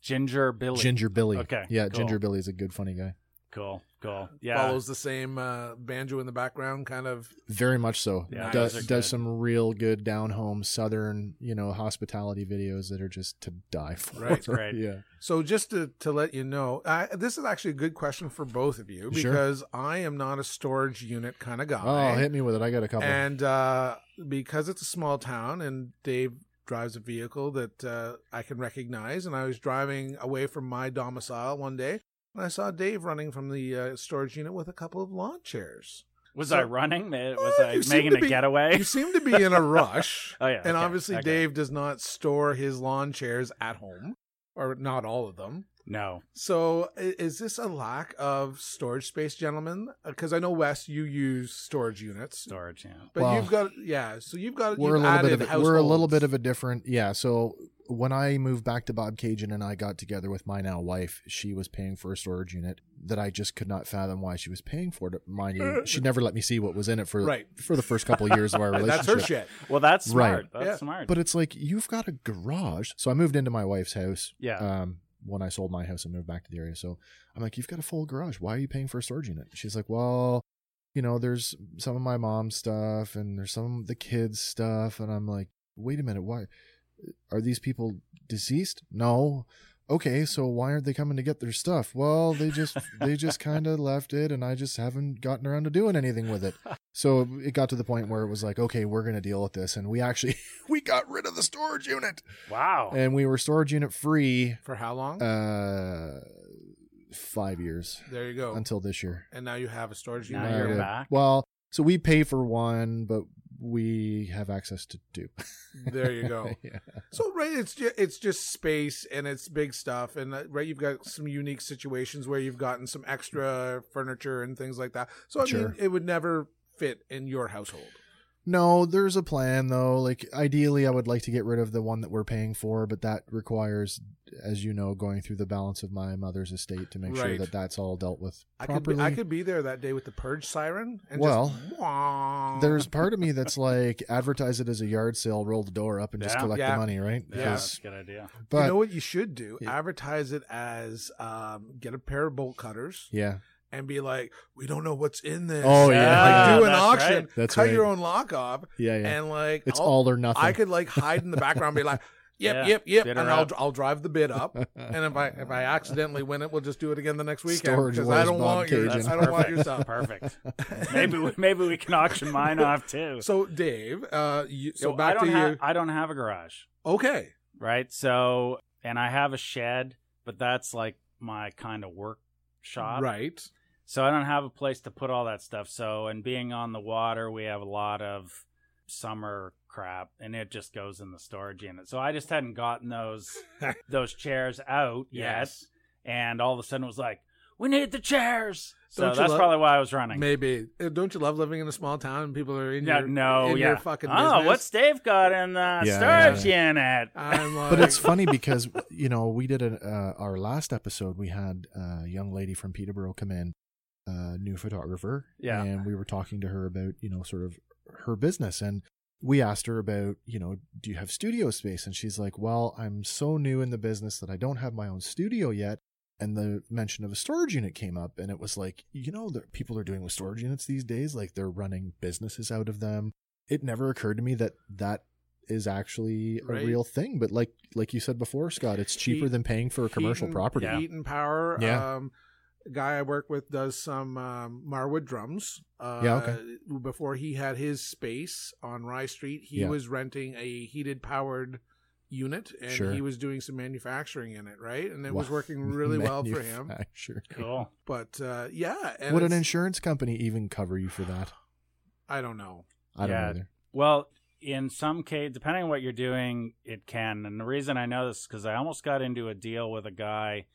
Speaker 3: Ginger Billy.
Speaker 1: Ginger Billy.
Speaker 3: Okay,
Speaker 1: Yeah,
Speaker 3: cool.
Speaker 1: Ginger Billy's a good funny guy.
Speaker 3: Cool, cool. (laughs) Yeah,
Speaker 2: Follows the same uh, banjo in the background, kind of.
Speaker 1: Very much so.
Speaker 3: Yeah,
Speaker 1: does
Speaker 3: those are
Speaker 1: does
Speaker 3: good.
Speaker 1: some real good down home southern, you know, hospitality videos that are just to die for. (laughs)
Speaker 2: Right, that's
Speaker 3: great.
Speaker 1: yeah.
Speaker 2: So just to, to let you know, uh, this is actually a good question for both of you
Speaker 1: Sure.
Speaker 2: because I am not a storage unit kind of guy.
Speaker 1: Oh, hit me with it. I got a couple.
Speaker 2: and uh, because it's a small town and Dave drives a vehicle that uh, I can recognize, and I was driving away from my domicile one day, and I saw Dave running from the uh, storage unit with a couple of lawn chairs.
Speaker 3: was
Speaker 2: so-
Speaker 3: I running? Uh, Was
Speaker 2: Oh,
Speaker 3: I
Speaker 2: you seem
Speaker 3: making
Speaker 2: to
Speaker 3: a
Speaker 2: be-
Speaker 3: getaway?
Speaker 2: You seem to be in a rush,
Speaker 3: (laughs) Oh yeah,
Speaker 2: and
Speaker 3: okay,
Speaker 2: obviously
Speaker 3: okay.
Speaker 2: Dave does not store his lawn chairs at home, or not all of them.
Speaker 3: No,
Speaker 2: So, i- is this a lack of storage space, gentlemen? Because I know Wes, you use storage units,
Speaker 3: storage. Yeah.
Speaker 2: but
Speaker 1: Well,
Speaker 2: you've got yeah. So you've got
Speaker 1: we're a
Speaker 2: you've
Speaker 1: little bit
Speaker 2: added
Speaker 1: of a, we're a little
Speaker 2: households.
Speaker 1: bit of a different. Yeah, so when I moved back to Bob Cajun and I got together with my now wife, she was paying for a storage unit that I just could not fathom why she was paying for it. Mind you, she never let me see what was in it for
Speaker 2: Right.
Speaker 1: for the first couple of years of our
Speaker 2: And
Speaker 1: relationship.
Speaker 2: (laughs) that's her shit.
Speaker 3: Well, that's smart.
Speaker 1: Right.
Speaker 3: That's
Speaker 2: Yeah.
Speaker 3: smart.
Speaker 1: But it's like you've got a garage. So I moved into my wife's house
Speaker 3: yeah.
Speaker 1: um, when I sold my house and moved back to the area. So I'm like, you've got a full garage. Why are you paying for a storage unit? She's like, well, you know, there's some of my mom's stuff and there's some of the kids' stuff. And I'm like, wait a minute, why are these people deceased? No. Okay, so why aren't they coming to get their stuff? Well, they just they just kind of left it, and I just haven't gotten around to doing anything with it. So it got to the point where it was like, okay, we're gonna deal with this, and we actually (laughs) we got rid of the storage unit,
Speaker 3: wow.
Speaker 1: and we were storage unit free
Speaker 2: For how long?
Speaker 1: uh, five years
Speaker 2: there you go.
Speaker 1: until this year.
Speaker 2: and now you have a storage
Speaker 3: Now
Speaker 2: unit.
Speaker 3: you're
Speaker 1: Uh,
Speaker 2: Yeah.
Speaker 3: back.
Speaker 1: Well, so we pay for one, but we have access to two. (laughs)
Speaker 2: (laughs) There you go.
Speaker 1: yeah.
Speaker 2: So right, it's just, it's just space and it's big stuff, and uh, right, you've got some unique situations where you've gotten some extra furniture and things like that. So I mean,
Speaker 1: Sure.
Speaker 2: it would never fit in your household.
Speaker 1: No, there's a plan though. Like ideally, I would like to get rid of the one that we're paying for, but that requires, as you know, going through the balance of my mother's estate to make sure
Speaker 2: Right.
Speaker 1: that that's all dealt with
Speaker 2: I could,
Speaker 1: properly.
Speaker 2: be, I could be there that day with the purge siren and
Speaker 1: Well,
Speaker 2: just, "Wah."
Speaker 1: There's part of
Speaker 2: (laughs)
Speaker 1: me that's like advertise it as a yard sale, roll the door up, and just
Speaker 3: Yeah.
Speaker 1: collect
Speaker 2: Yeah.
Speaker 1: the money, right?
Speaker 3: yeah,
Speaker 1: Because-
Speaker 3: that's a good idea.
Speaker 1: but
Speaker 2: you know what you should do?
Speaker 1: Yeah.
Speaker 2: Advertise it as um, get a pair of bolt cutters
Speaker 1: yeah,
Speaker 2: and be like, we don't know what's in this.
Speaker 1: Oh, yeah.
Speaker 2: like,
Speaker 1: Yeah,
Speaker 2: do an
Speaker 3: Ah, Uh, that's
Speaker 2: auction,
Speaker 3: right.
Speaker 1: That's
Speaker 2: cut
Speaker 1: right.
Speaker 2: your own lock up,
Speaker 1: yeah, yeah.
Speaker 2: and like
Speaker 1: it's
Speaker 2: I'll-
Speaker 1: all or nothing.
Speaker 2: I could like hide in the background, and be
Speaker 3: (laughs)
Speaker 2: like, yep,
Speaker 3: Yeah,
Speaker 2: yep, yep,
Speaker 3: bid
Speaker 2: and
Speaker 3: her
Speaker 2: I'll
Speaker 3: up.
Speaker 2: I'll drive the bid
Speaker 1: (laughs)
Speaker 2: up. And if I if I accidentally win it, we'll just do it again the next weekend
Speaker 1: Storage
Speaker 2: because I
Speaker 1: Wars
Speaker 2: don't
Speaker 1: Bob
Speaker 2: want your
Speaker 1: Cajun.
Speaker 3: That's
Speaker 2: I don't want your
Speaker 3: perfect.
Speaker 2: stuff. (laughs)
Speaker 3: Perfect. (laughs) Maybe we, maybe we can auction mine off too.
Speaker 2: So Dave, uh, you, so
Speaker 3: Yo, I
Speaker 2: back
Speaker 3: don't
Speaker 2: to
Speaker 3: ha-
Speaker 2: you.
Speaker 3: I don't have a garage,
Speaker 2: Okay,
Speaker 3: right? So, and I have a shed, but that's like my kind of workshop.
Speaker 2: right.
Speaker 3: So I don't have a place to put all that stuff. So, and being on the water, we have a lot of summer crap and it just goes in the storage unit. So I just hadn't
Speaker 2: (laughs)
Speaker 3: gotten those those chairs out
Speaker 2: Yes.
Speaker 3: yet and all of a sudden it was like, "We need the chairs." So
Speaker 2: Don't you
Speaker 3: that's
Speaker 2: love-
Speaker 3: probably why I was running.
Speaker 2: Maybe Uh, don't you love living in a small town and people are in
Speaker 3: yeah,
Speaker 2: your
Speaker 3: no,
Speaker 2: in
Speaker 3: yeah.
Speaker 2: your fucking
Speaker 3: oh,
Speaker 2: business?
Speaker 3: what's Dave got in the
Speaker 1: Yeah,
Speaker 3: storage unit?
Speaker 1: (laughs)
Speaker 2: I'm like,
Speaker 1: but it's funny because you know we did an, uh, our last episode we had a young lady from peterborough come in a new photographer
Speaker 3: Yeah.
Speaker 1: and we were talking to her about you know sort of her business and we asked her about you know do you have studio space and she's like well i'm so new in the business that i don't have my own studio yet and the mention of a storage unit came up and it was like you know the people are doing with storage units these days like they're running businesses out of them it never occurred to me that that is actually
Speaker 2: Right.
Speaker 1: a real thing but like like you said before scott it's cheaper
Speaker 2: Heat-
Speaker 1: than paying for a commercial
Speaker 2: Heaton-
Speaker 1: property
Speaker 3: yeah.
Speaker 2: Heaton Power.
Speaker 1: Yeah.
Speaker 2: Um, guy I work with does some um, Marwood drums. Uh,
Speaker 1: Yeah, okay.
Speaker 2: Before he had his space on Rye Street, he
Speaker 1: Yeah.
Speaker 2: was renting a heated powered unit, and
Speaker 1: Sure.
Speaker 2: he was doing some manufacturing in it, right? And it was
Speaker 1: Wow. (laughs)
Speaker 2: working really well for him.
Speaker 1: Manufacturing.
Speaker 3: Cool.
Speaker 2: But uh, yeah, and
Speaker 1: would an
Speaker 2: it's-
Speaker 1: insurance company even cover you for that
Speaker 2: I don't know.
Speaker 1: i don't
Speaker 3: Yeah.
Speaker 1: know either
Speaker 3: Well, in some case, depending on what you're doing, it can. And the reason I know this is because I almost got into a deal with a guy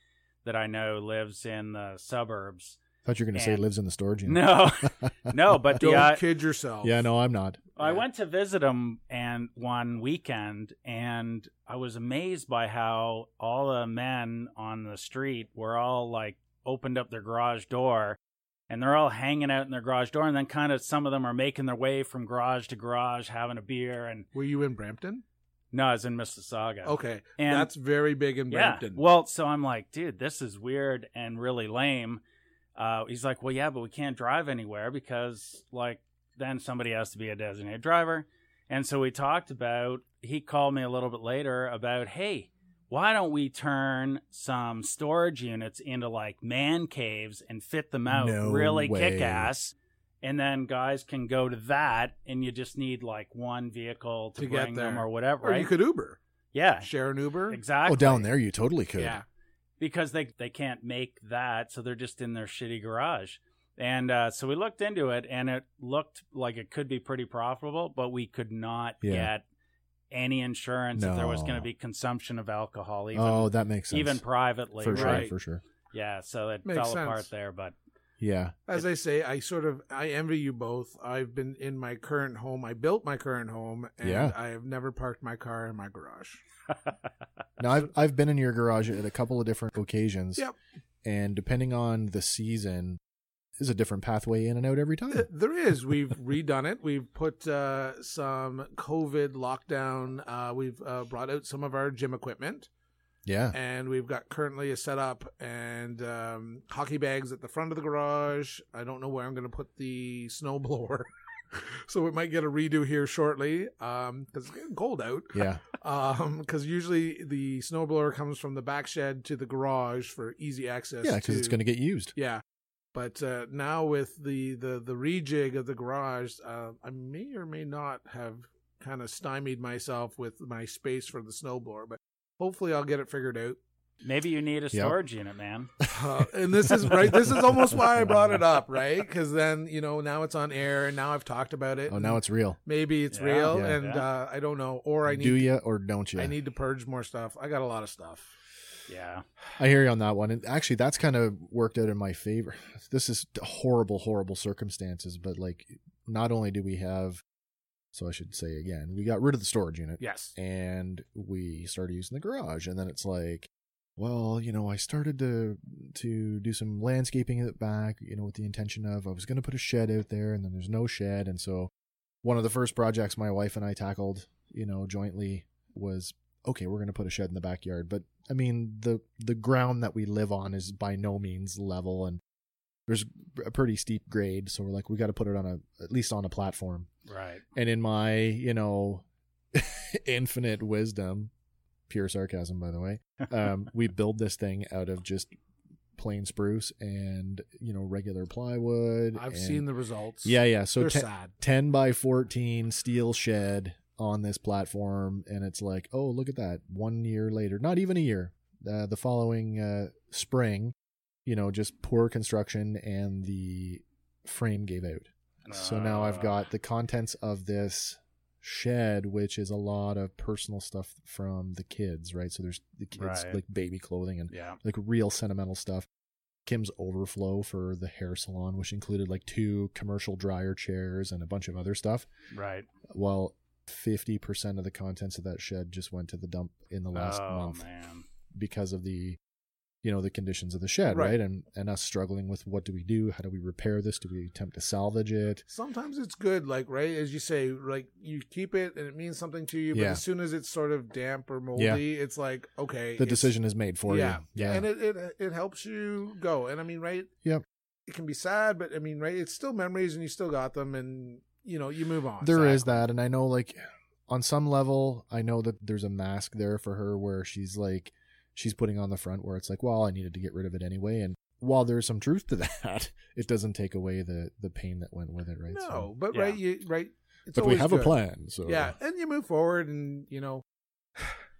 Speaker 3: that I know lives in the suburbs.
Speaker 1: thought you were going to say
Speaker 3: And-
Speaker 1: lives in the storage unit
Speaker 3: No, (laughs)
Speaker 1: (laughs)
Speaker 3: no, but
Speaker 2: Don't
Speaker 3: the, I,
Speaker 2: kid yourself.
Speaker 1: yeah no i'm not
Speaker 3: I went to visit him and one weekend, and I was amazed by how all the men on the street were all like opened up their garage door. And they're all hanging out in their garage door, and then kind of some of them are making their way from garage to garage, having a beer, and
Speaker 2: Were you in Brampton?
Speaker 3: No, it's in Mississauga.
Speaker 2: Okay,
Speaker 3: and
Speaker 2: that's very big in
Speaker 3: yeah.
Speaker 2: Brampton.
Speaker 3: Well, so I'm like, dude, this is weird and really lame. Uh, he's like, well, yeah, but we can't drive anywhere because like then somebody has to be a designated driver. And so we talked about. He called me a little bit later about, hey, why don't we turn some storage units into like man caves and fit them out
Speaker 1: No
Speaker 3: really
Speaker 1: way.
Speaker 3: kick ass? And then guys can go to that, and you just need like one vehicle to,
Speaker 2: To get
Speaker 3: bring them
Speaker 2: there.
Speaker 3: or whatever.
Speaker 2: Or
Speaker 3: right?
Speaker 2: you could Uber,
Speaker 3: yeah,
Speaker 2: share an Uber.
Speaker 3: exactly.
Speaker 1: Oh, down there you totally could.
Speaker 2: Yeah.
Speaker 3: because they they can't make that, so they're just in their shitty garage. And uh, so we looked into it, and it looked like it could be pretty profitable, but we could not
Speaker 1: Yeah.
Speaker 3: get any insurance if there was
Speaker 1: No.
Speaker 3: going to be consumption of alcohol, even
Speaker 1: oh, that makes sense.
Speaker 3: even privately,
Speaker 1: for sure,
Speaker 3: right?
Speaker 1: for sure.
Speaker 3: Yeah, so it
Speaker 2: Makes
Speaker 3: fell
Speaker 2: sense.
Speaker 3: apart there, but (laughs)
Speaker 1: Yeah.
Speaker 2: As I say, I sort of I envy you both. I've been in my current home. I built my current home, and
Speaker 1: Yeah.
Speaker 2: I have never parked my car in my garage.
Speaker 1: Now I've I've been in your garage at a couple of different occasions.
Speaker 2: Yep.
Speaker 1: And depending on the season, is a different pathway in and out every time.
Speaker 2: Th- (laughs) There is.
Speaker 3: (laughs)
Speaker 2: We've redone it. We've put uh, some COVID lockdown. Uh, we've uh, brought out some of our gym equipment,
Speaker 1: Yeah.
Speaker 2: and we've got currently a setup and um, hockey bags at the front of the garage. I don't know where I'm going to put the snow blower. (laughs) So we might get a redo here shortly, because it's getting cold out.
Speaker 1: Yeah.
Speaker 2: Um, because usually the snowblower comes from the back shed to the garage for easy access.
Speaker 1: Yeah, because it's
Speaker 2: to-
Speaker 1: going to get used.
Speaker 2: Yeah, but uh, now with the the the rejig of the garage, uh, I may or may not have kind of stymied myself with my space for the snowblower, but hopefully I'll get it figured out.
Speaker 3: maybe you need a storage unit, man.
Speaker 2: Uh, and this is right. This is almost why I brought it up, right? Because then you know now it's on air, and now I've talked about it.
Speaker 1: Oh, now
Speaker 2: and
Speaker 1: it's real.
Speaker 2: maybe it's
Speaker 3: Yeah.
Speaker 2: real,
Speaker 1: Yeah.
Speaker 2: and
Speaker 3: Yeah.
Speaker 2: Uh, I don't know, or I need
Speaker 1: Do you or don't you?
Speaker 2: I need to purge more stuff. I got a lot of stuff.
Speaker 3: Yeah,
Speaker 1: I hear you on that one. And actually, that's kind of worked out in my favor. This is horrible, horrible circumstances, but like, not only do we have, so I should say again, we got rid of the storage unit
Speaker 2: Yes.
Speaker 1: and we started using the garage. And then it's like, well, you know, I started to to do some landscaping at the back, you know, with the intention of I was going to put a shed out there, and then there's no shed, and so one of the first projects my wife and I tackled, you know, jointly was okay, we're going to put a shed in the backyard, but I mean, the the ground that we live on is by no means level, and there's a pretty steep grade, so we're like, we got to put it on a at least on a platform,
Speaker 3: right.
Speaker 1: and in my you know (laughs) infinite wisdom pure sarcasm by the way um we build this thing out of just plain spruce and you know regular plywood
Speaker 2: I've
Speaker 1: and-
Speaker 2: seen the results.
Speaker 1: yeah yeah so
Speaker 2: they're
Speaker 1: te-
Speaker 2: sad.
Speaker 1: 10 by 14 steel shed on this platform and it's like oh look at that one year later not even a year uh, the following uh, spring you know just poor construction and the frame gave out so now I've
Speaker 3: Uh,
Speaker 1: got the contents of this shed, which is a lot of personal stuff from the kids, right? So there's the kids
Speaker 3: Right.
Speaker 1: like baby clothing and
Speaker 3: Uh, yeah.
Speaker 1: like real sentimental stuff. Kim's overflow for the hair salon, which included like two commercial dryer chairs and a bunch of other stuff.
Speaker 3: Right.
Speaker 1: Well, 50% of the contents of that shed just went to the dump in the last
Speaker 3: oh
Speaker 1: month
Speaker 3: man.
Speaker 1: because of the you know the conditions of the shed
Speaker 2: Right.
Speaker 1: right and and us struggling with what do we do how do we repair this do we attempt to salvage it
Speaker 2: Sometimes it's good, like right as you say, like you keep it and it means something to you. But
Speaker 1: Yeah.
Speaker 2: as soon as it's sort of damp or moldy, it's like okay,
Speaker 1: the
Speaker 2: it's-
Speaker 1: decision is made for
Speaker 2: yeah,
Speaker 1: you. Yeah.
Speaker 2: and it, it it helps you go. And I mean, right?
Speaker 1: Yep.
Speaker 2: It can be sad, but I mean, right? It's still memories, and you still got them, and you know, you move on.
Speaker 1: there is that. And I know, like, on some level, I know that there's a mask there for her where she's like, she's putting on the front where it's like, well, I needed to get rid of it anyway. And while there's some truth to (laughs) that, it doesn't take away the the pain that went with it, right?
Speaker 2: No,
Speaker 1: So,
Speaker 2: but
Speaker 3: Yeah.
Speaker 2: right, you right. It's
Speaker 1: but we
Speaker 2: always
Speaker 1: have a
Speaker 2: good.
Speaker 1: plan. So
Speaker 2: Yeah, and you move forward, and you know,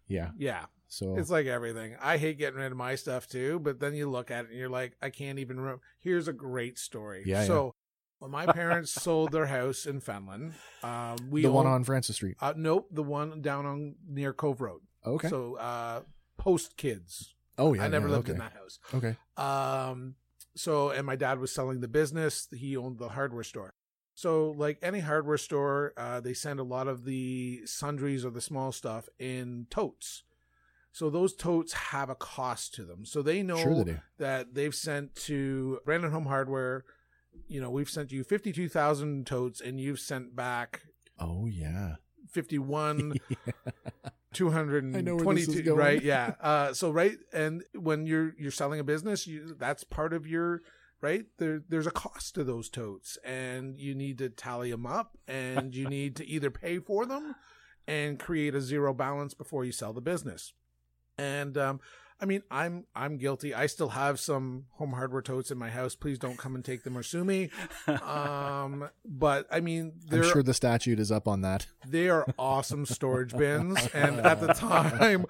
Speaker 1: yeah.
Speaker 2: yeah.
Speaker 1: So
Speaker 2: It's like everything. I hate getting rid of my stuff too, but then you look at it and you're like, I can't even remember. Here's a great story.
Speaker 1: Yeah,
Speaker 2: So when my parents (laughs) sold their house in Fenland, um, we
Speaker 1: the one
Speaker 2: owned-
Speaker 1: on Francis Street.
Speaker 2: uh, nope the one down on near Cove Road.
Speaker 1: Okay.
Speaker 2: So uh, post kids.
Speaker 1: oh yeah.
Speaker 2: I never
Speaker 1: yeah,
Speaker 2: lived
Speaker 1: okay.
Speaker 2: in that house.
Speaker 1: Okay.
Speaker 2: Um, so and my dad was selling the business. He owned the hardware store. So like any hardware store, uh, they send a lot of the sundries or the small stuff in totes. So those totes have a cost to them. So they know
Speaker 1: Sure they do.
Speaker 2: that they've sent to Brandon Home Hardware. You know, we've sent you fifty-two thousand totes, and you've sent back
Speaker 1: Oh yeah. (laughs)
Speaker 2: fifty-one two hundred
Speaker 1: I know
Speaker 2: and
Speaker 1: where this is
Speaker 2: twenty-two.
Speaker 1: going. (laughs)
Speaker 2: Right? Yeah. Uh, so right, and when you're you're selling a business, you that's part of your right? There, there's a cost to those totes, and you need to tally them up, and you need to either pay for them and create a zero balance before you sell the business. And um, I mean, I'm I'm guilty. I still have some home hardware totes in my house. Please don't come and take them or
Speaker 1: (laughs)
Speaker 2: sue me. Um, but I mean,
Speaker 1: I'm
Speaker 2: they're
Speaker 1: sure the statute is up on that.
Speaker 2: they are awesome storage bins, and at the time,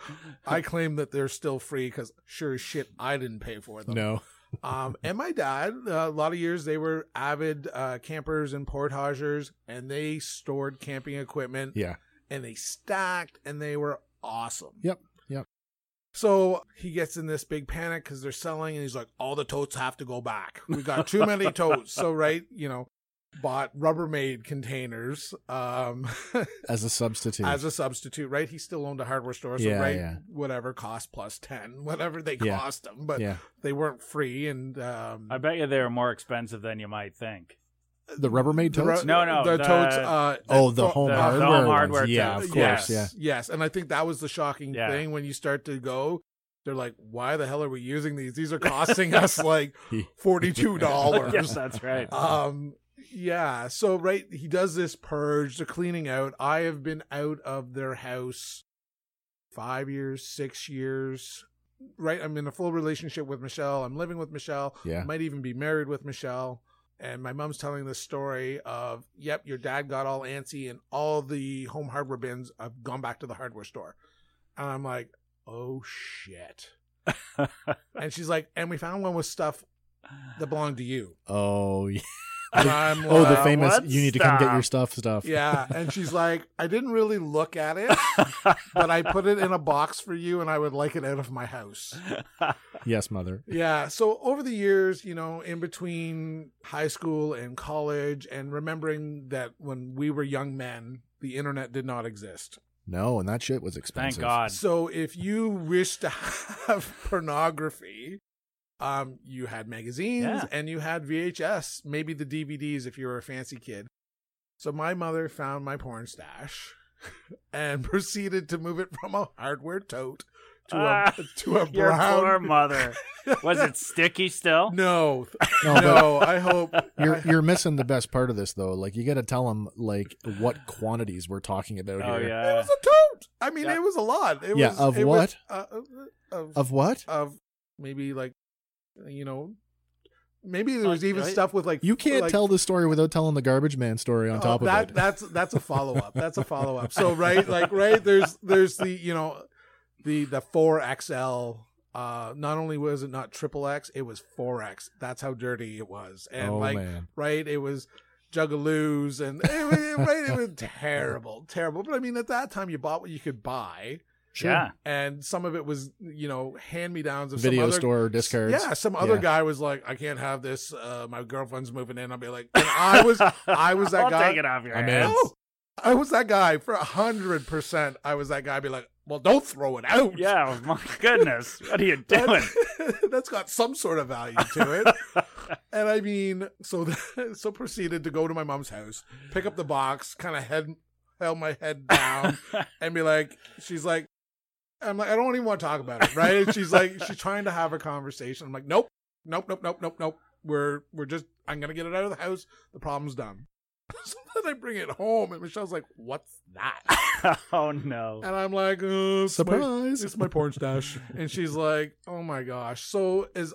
Speaker 2: I claim that they're still free because sure as shit, I didn't pay for them.
Speaker 1: No.
Speaker 2: Um, and my dad, uh, a lot of years, they were avid uh, campers and portagers, and they stored camping equipment
Speaker 1: Yeah.
Speaker 2: and they stacked and they were awesome.
Speaker 1: Yep, yep.
Speaker 2: So he gets in this big panic because they're selling, and he's like, "All the totes have to go back. We got too
Speaker 1: (laughs)
Speaker 2: many totes." So right, you know, bought Rubbermaid containers um,
Speaker 1: As a substitute.
Speaker 2: as a substitute. Right, he still owned a hardware store, so
Speaker 1: Yeah,
Speaker 2: right,
Speaker 1: yeah.
Speaker 2: whatever cost plus ten, (laughs) whatever they
Speaker 1: Yeah.
Speaker 2: cost him, but
Speaker 1: yeah.
Speaker 2: they weren't free. And um,
Speaker 3: I bet you they were more expensive than you might think. (laughs)
Speaker 1: The Rubbermaid
Speaker 2: the
Speaker 1: totes?
Speaker 2: ro-
Speaker 3: No, no,
Speaker 2: the,
Speaker 3: the-
Speaker 2: totes. Uh,
Speaker 1: oh, the
Speaker 2: oh,
Speaker 1: home
Speaker 3: the- the
Speaker 1: hardware.
Speaker 3: home
Speaker 1: ones.
Speaker 3: hardware
Speaker 1: Yeah,
Speaker 3: totes.
Speaker 1: of course. Yeah.
Speaker 2: Yes, yes. And I think that was the shocking
Speaker 3: Yeah.
Speaker 2: thing when you start to go, they're like, why the hell are we using these? These are costing
Speaker 1: (laughs)
Speaker 2: us like
Speaker 3: (laughs)
Speaker 2: $42.
Speaker 3: yes, that's right.
Speaker 1: Uh-huh.
Speaker 2: Um, yeah. So, right, he does this purge, the cleaning out. I have been out of their house five years, six years, right? I'm in a full relationship with Michelle. I'm living with Michelle.
Speaker 1: Yeah.
Speaker 2: Might even be married with Michelle. And my mom's telling this story of, yep, your dad got all antsy and all the home hardware bins have gone back to the hardware store. And I'm like, oh
Speaker 1: (laughs)
Speaker 2: shit. and she's like, and we found one with stuff
Speaker 1: Uh,
Speaker 2: that belonged
Speaker 1: (laughs)
Speaker 2: to you.
Speaker 1: Oh, yeah.
Speaker 2: And I'm
Speaker 1: oh, the
Speaker 2: like,
Speaker 1: famous
Speaker 3: what?
Speaker 1: you need to come get your
Speaker 3: Stop.
Speaker 1: stuff stuff.
Speaker 2: yeah. And she's like, I didn't really look
Speaker 1: (laughs)
Speaker 2: at it, but I put it in a box for you and I would like it out of my house.
Speaker 1: Yes, mother.
Speaker 2: Yeah. So over the years, you know, in between high school and college, and remembering that when we were young men, the internet did not exist.
Speaker 1: No, and that shit was
Speaker 3: Thank
Speaker 1: expensive.
Speaker 3: God.
Speaker 2: So if you wished to (laughs) have pornography, um, you had magazines
Speaker 3: Yeah.
Speaker 2: and you had VHS, maybe the DVDs if you were a fancy kid. So my mother found my porn stash (laughs) and (laughs) proceeded to move it from a hardware tote to
Speaker 3: Ah,
Speaker 2: a to a
Speaker 3: (laughs) Your
Speaker 2: brown (laughs)
Speaker 3: poor mother. Was it sticky still? (laughs)
Speaker 2: No,
Speaker 1: No,
Speaker 2: no, (laughs)
Speaker 1: but
Speaker 2: I hope
Speaker 1: you're
Speaker 2: (laughs)
Speaker 1: you're missing the best part of this though. Like you got to tell them like what quantities we're talking about
Speaker 3: Oh
Speaker 1: here.
Speaker 2: it
Speaker 3: yeah.
Speaker 2: was a tote. I mean,
Speaker 3: Yeah.
Speaker 2: it was a lot. It
Speaker 1: Yeah,
Speaker 2: was,
Speaker 1: of
Speaker 2: it was-
Speaker 1: what?
Speaker 2: uh, of, of
Speaker 1: Of what?
Speaker 2: maybe like you know, maybe there was even
Speaker 3: Right.
Speaker 2: stuff with like
Speaker 1: You can't
Speaker 2: like-
Speaker 1: tell the story without telling the garbage man story on
Speaker 2: Oh,
Speaker 1: top
Speaker 2: that,
Speaker 1: of it.
Speaker 2: That's that's a follow up. That's
Speaker 1: (laughs)
Speaker 2: a follow up. So right, like right, there's there's the you know, the the four XL. Uh, not only was it not triple X, it was four X. That's how dirty it was, and
Speaker 1: oh
Speaker 2: like
Speaker 1: man.
Speaker 2: right? It was Juggaloos and it, was- right, it was terrible, terrible. But I mean, at that time, you bought what you could buy,
Speaker 3: Yeah.
Speaker 2: and some of it was you know hand me downs of
Speaker 1: Video
Speaker 2: some other,
Speaker 1: store discards.
Speaker 2: Yeah, some other
Speaker 1: Yeah.
Speaker 2: guy was like, "I can't have this. Uh, my girlfriend's moving in." I'll be like, and I was,
Speaker 3: (laughs)
Speaker 2: I was that
Speaker 3: I'll
Speaker 2: guy.
Speaker 3: take it off your
Speaker 1: I'm in.
Speaker 3: hands.
Speaker 2: No, I was that guy for a hundred percent. I was that guy. Be like, "Well, don't throw it out."
Speaker 3: Yeah, oh my goodness. What are you (laughs) doing?
Speaker 2: That- (laughs) that's got some sort of value to it. and I mean, so (laughs) so proceeded to go to my mom's house, pick up the box, kind of head held my head down, and be like, she's like, I'm like, I don't even want to talk about it, right? And she's like, she's trying to have a conversation. I'm like, nope, nope, nope, nope, nope, nope. We're we're just, I'm gonna get it out of the house. The problem's done. (laughs) so then I bring it home, and Michelle's like, what's that?
Speaker 3: (laughs) oh no.
Speaker 2: And I'm like, uh, it's my-
Speaker 1: Surprise.
Speaker 2: it's my porn stash. (laughs) and she's like, "Oh my gosh!" So, as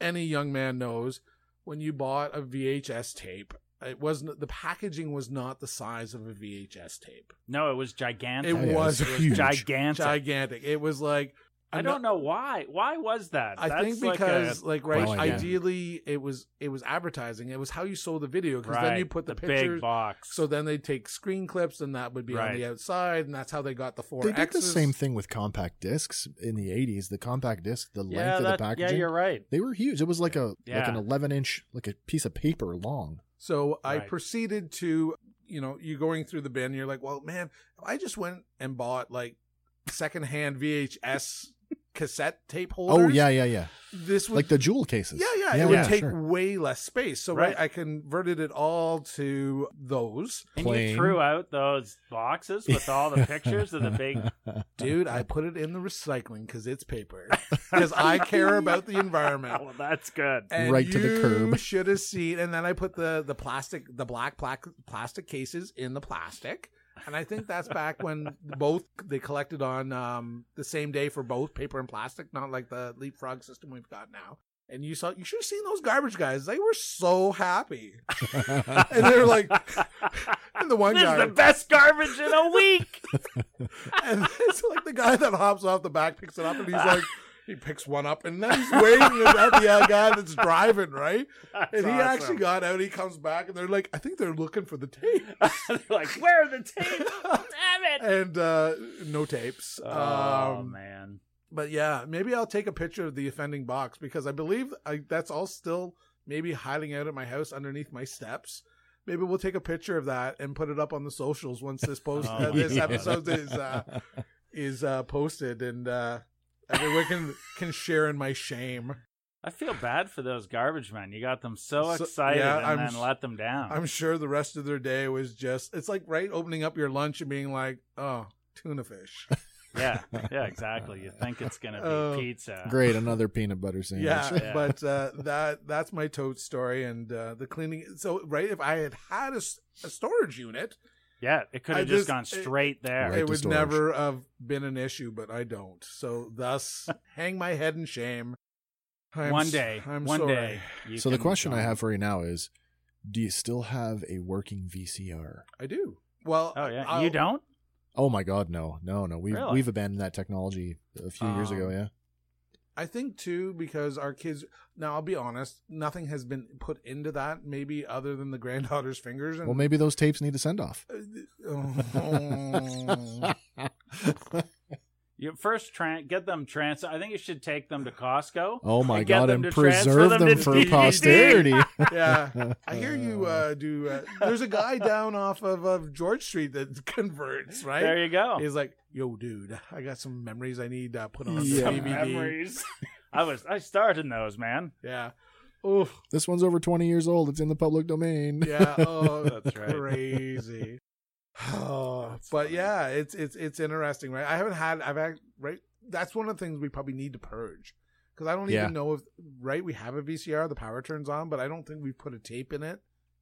Speaker 2: any young man knows, when you bought a VHS tape, it wasn't the packaging was not the size of a VHS tape.
Speaker 3: No, it was gigantic.
Speaker 2: It
Speaker 1: Oh, yeah,
Speaker 2: was
Speaker 1: it's huge.
Speaker 3: gigantic.
Speaker 2: Gigantic. It was like
Speaker 3: I
Speaker 2: I'm
Speaker 3: don't
Speaker 2: not-
Speaker 3: know why. Why was that?
Speaker 2: I
Speaker 3: That's
Speaker 2: think
Speaker 3: like a-
Speaker 2: because like, right,
Speaker 1: Well, yeah.
Speaker 2: ideally it was it was advertising. It was how you sold the video because then
Speaker 3: Right,
Speaker 2: you put the,
Speaker 3: the
Speaker 2: pictures.
Speaker 3: big box.
Speaker 2: So then they take screen clips, and that would be on
Speaker 3: Right.
Speaker 2: the outside, and that's how they got the four
Speaker 1: They did the
Speaker 2: X's.
Speaker 1: same thing with compact discs in the 80s. The compact disc, the
Speaker 3: yeah,
Speaker 1: length of the
Speaker 3: that-
Speaker 1: packaging,
Speaker 3: yeah, you're right.
Speaker 1: they were huge. It was like a like
Speaker 3: Yeah.
Speaker 1: an 11 inch, like a piece of paper long.
Speaker 2: So I
Speaker 3: Right.
Speaker 2: proceeded to, you know, you're going through the bin. You're like, well, man, if I just went and bought like secondhand VHS cassette tape holders.
Speaker 1: Oh yeah, yeah, yeah.
Speaker 2: this would
Speaker 1: Like the jewel cases.
Speaker 2: yeah, yeah,
Speaker 1: yeah
Speaker 2: it would
Speaker 1: yeah,
Speaker 2: take
Speaker 1: sure.
Speaker 2: way less space. So right.
Speaker 3: Right.
Speaker 2: I converted it all to those,
Speaker 3: And
Speaker 1: Plain.
Speaker 3: you threw out those
Speaker 1: (laughs)
Speaker 2: (laughs)
Speaker 3: boxes with all the pictures of the big.
Speaker 2: dude. I put it in the recycling because it's paper. because I care about the environment.
Speaker 3: Oh, that's good.
Speaker 2: (laughs) And
Speaker 1: Right to the
Speaker 2: you
Speaker 1: curb.
Speaker 2: Should have seen. And then I put the the plastic, the black plac- plastic cases in the plastic. And I think that's back when both they collected on um, the same day for both paper and plastic, not like the leapfrog system we've got now. And you saw, you should have seen those garbage guys. They were so happy. And they were like,
Speaker 1: (laughs)
Speaker 2: and the one
Speaker 3: this
Speaker 2: guy,
Speaker 3: is the best garbage in (laughs) a week.
Speaker 2: and it's like the guy that hops off the back picks it up,
Speaker 1: (laughs)
Speaker 2: and he's like, he picks one up, and then he's waving it at the uh, guy that's driving, right?
Speaker 3: That's
Speaker 2: and he actually
Speaker 3: awesome.
Speaker 2: got out. He comes back, and they're like, "I think they're looking for the tape."
Speaker 3: They're (laughs) like, where are the (laughs) tapes? Damn it.
Speaker 2: and uh, no tapes.
Speaker 3: Oh,
Speaker 2: um,
Speaker 3: man.
Speaker 2: but yeah, maybe I'll take a picture of the offending box because I believe I, that's all still maybe hiding out at my house underneath my steps. Maybe we'll take a picture of that and put it up on the socials once this post
Speaker 3: Oh
Speaker 2: uh,
Speaker 3: my
Speaker 2: this
Speaker 3: God.
Speaker 2: episode is uh, is uh, posted, and uh, everyone can can share in my shame.
Speaker 3: I feel bad for those garbage men. You got them so,
Speaker 2: So-
Speaker 3: excited
Speaker 2: yeah,
Speaker 3: and
Speaker 2: I'm
Speaker 3: then
Speaker 2: s-
Speaker 3: let them down.
Speaker 2: I'm sure the rest of their day was just it's like right opening up your lunch and being like, oh, tuna fish.
Speaker 3: (laughs)
Speaker 2: (laughs)
Speaker 3: yeah, yeah, exactly. You think it's gonna be
Speaker 2: Oh.
Speaker 3: pizza?
Speaker 1: Great, another peanut butter sandwich.
Speaker 2: yeah,
Speaker 1: (laughs)
Speaker 3: Yeah.
Speaker 2: but uh, that that's my tote story and uh, the cleaning. So right, if I had had a, s- a storage unit,
Speaker 3: Yeah, it could
Speaker 2: I
Speaker 3: have just,
Speaker 2: just-
Speaker 3: gone
Speaker 2: it-
Speaker 3: straight there.
Speaker 1: Right to
Speaker 2: it would
Speaker 1: storage.
Speaker 2: never have been an issue. But I don't, so
Speaker 3: (laughs)
Speaker 2: thus hang my head in shame. I'm
Speaker 3: one
Speaker 2: s-
Speaker 3: day,
Speaker 2: I'm
Speaker 3: one
Speaker 2: sorry.
Speaker 3: day. you
Speaker 1: So the
Speaker 3: can
Speaker 1: question
Speaker 3: go.
Speaker 1: I have for you now is, do you still have a working VCR?
Speaker 2: I do. Well,
Speaker 3: Oh yeah,
Speaker 2: I'll-
Speaker 3: you don't?
Speaker 1: Oh my God, no, no, no. We've
Speaker 3: Really?
Speaker 1: we've abandoned that technology a few years ago.
Speaker 2: Um,
Speaker 1: Yeah,
Speaker 2: I think too because our kids. Now I'll be honest, nothing has been put into that. Maybe other than the (laughs) granddaughter's fingers. And,
Speaker 1: well, maybe those tapes need a send off.
Speaker 2: (laughs)
Speaker 1: (laughs)
Speaker 2: Oh.
Speaker 3: You first tran get them trans. I think you should take them to Costco.
Speaker 1: Oh my
Speaker 3: And get
Speaker 1: God, and
Speaker 3: them to transfer
Speaker 1: preserve
Speaker 3: them
Speaker 1: them,
Speaker 3: to
Speaker 1: for
Speaker 3: DVD.
Speaker 1: posterity. (laughs)
Speaker 2: yeah. I hear you uh, do. Uh, there's a guy down off of, of George Street that (laughs) converts, right?
Speaker 3: There you go.
Speaker 2: He's like, "Yo, dude, I got some memories I need uh, put on the
Speaker 1: Yeah.
Speaker 3: Some
Speaker 2: DVD."
Speaker 3: memories. (laughs) I was I started in those, man.
Speaker 2: Yeah. Oh,
Speaker 1: This one's over 20 years old. It's in the public domain. (laughs)
Speaker 2: yeah. Oh,
Speaker 3: That's (laughs) right. (sighs)
Speaker 2: crazy. Oh,
Speaker 3: That's
Speaker 2: but
Speaker 3: funny.
Speaker 2: yeah, it's it's it's interesting, right? I haven't had. I've had right. That's one of the things we probably need to purge because I don't
Speaker 1: Yeah.
Speaker 2: even know if right. We have a VCR, the power turns on, but I don't think we've put a tape in it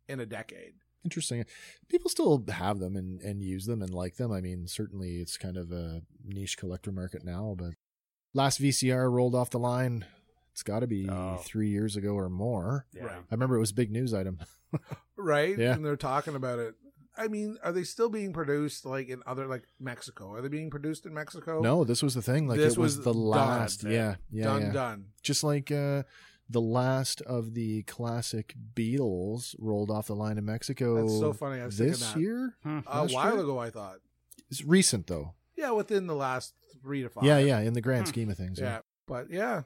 Speaker 2: in a decade.
Speaker 1: Interesting. People still have them and, and use them and like them. I mean, certainly it's kind of a niche collector market now, but last VCR rolled off the line. It's got to be
Speaker 3: Oh.
Speaker 1: three years ago or more.
Speaker 3: Yeah.
Speaker 2: Right.
Speaker 1: I remember it was a big news item.
Speaker 2: right?
Speaker 1: Yeah.
Speaker 2: And they're talking about it. I mean, are they still being produced like in other like Mexico? Are they being produced in Mexico?
Speaker 1: No, this was the thing. Like
Speaker 2: Oh. This
Speaker 1: it was,
Speaker 2: was
Speaker 1: the
Speaker 2: done.
Speaker 1: last.
Speaker 3: Yeah.
Speaker 1: yeah, yeah,
Speaker 2: done,
Speaker 1: yeah.
Speaker 2: done.
Speaker 1: Just like uh, the last of the classic Beatles rolled off the line in Mexico.
Speaker 2: That's so funny. I was thinking
Speaker 1: this
Speaker 2: that.
Speaker 1: year,
Speaker 3: Hmm.
Speaker 2: a
Speaker 1: Last
Speaker 2: while
Speaker 1: year?
Speaker 2: ago. I thought,
Speaker 1: it's recent though.
Speaker 2: yeah, within the last three to five.
Speaker 1: Yeah, yeah. In the grand
Speaker 3: Hmm.
Speaker 1: scheme of things,
Speaker 2: yeah. But yeah,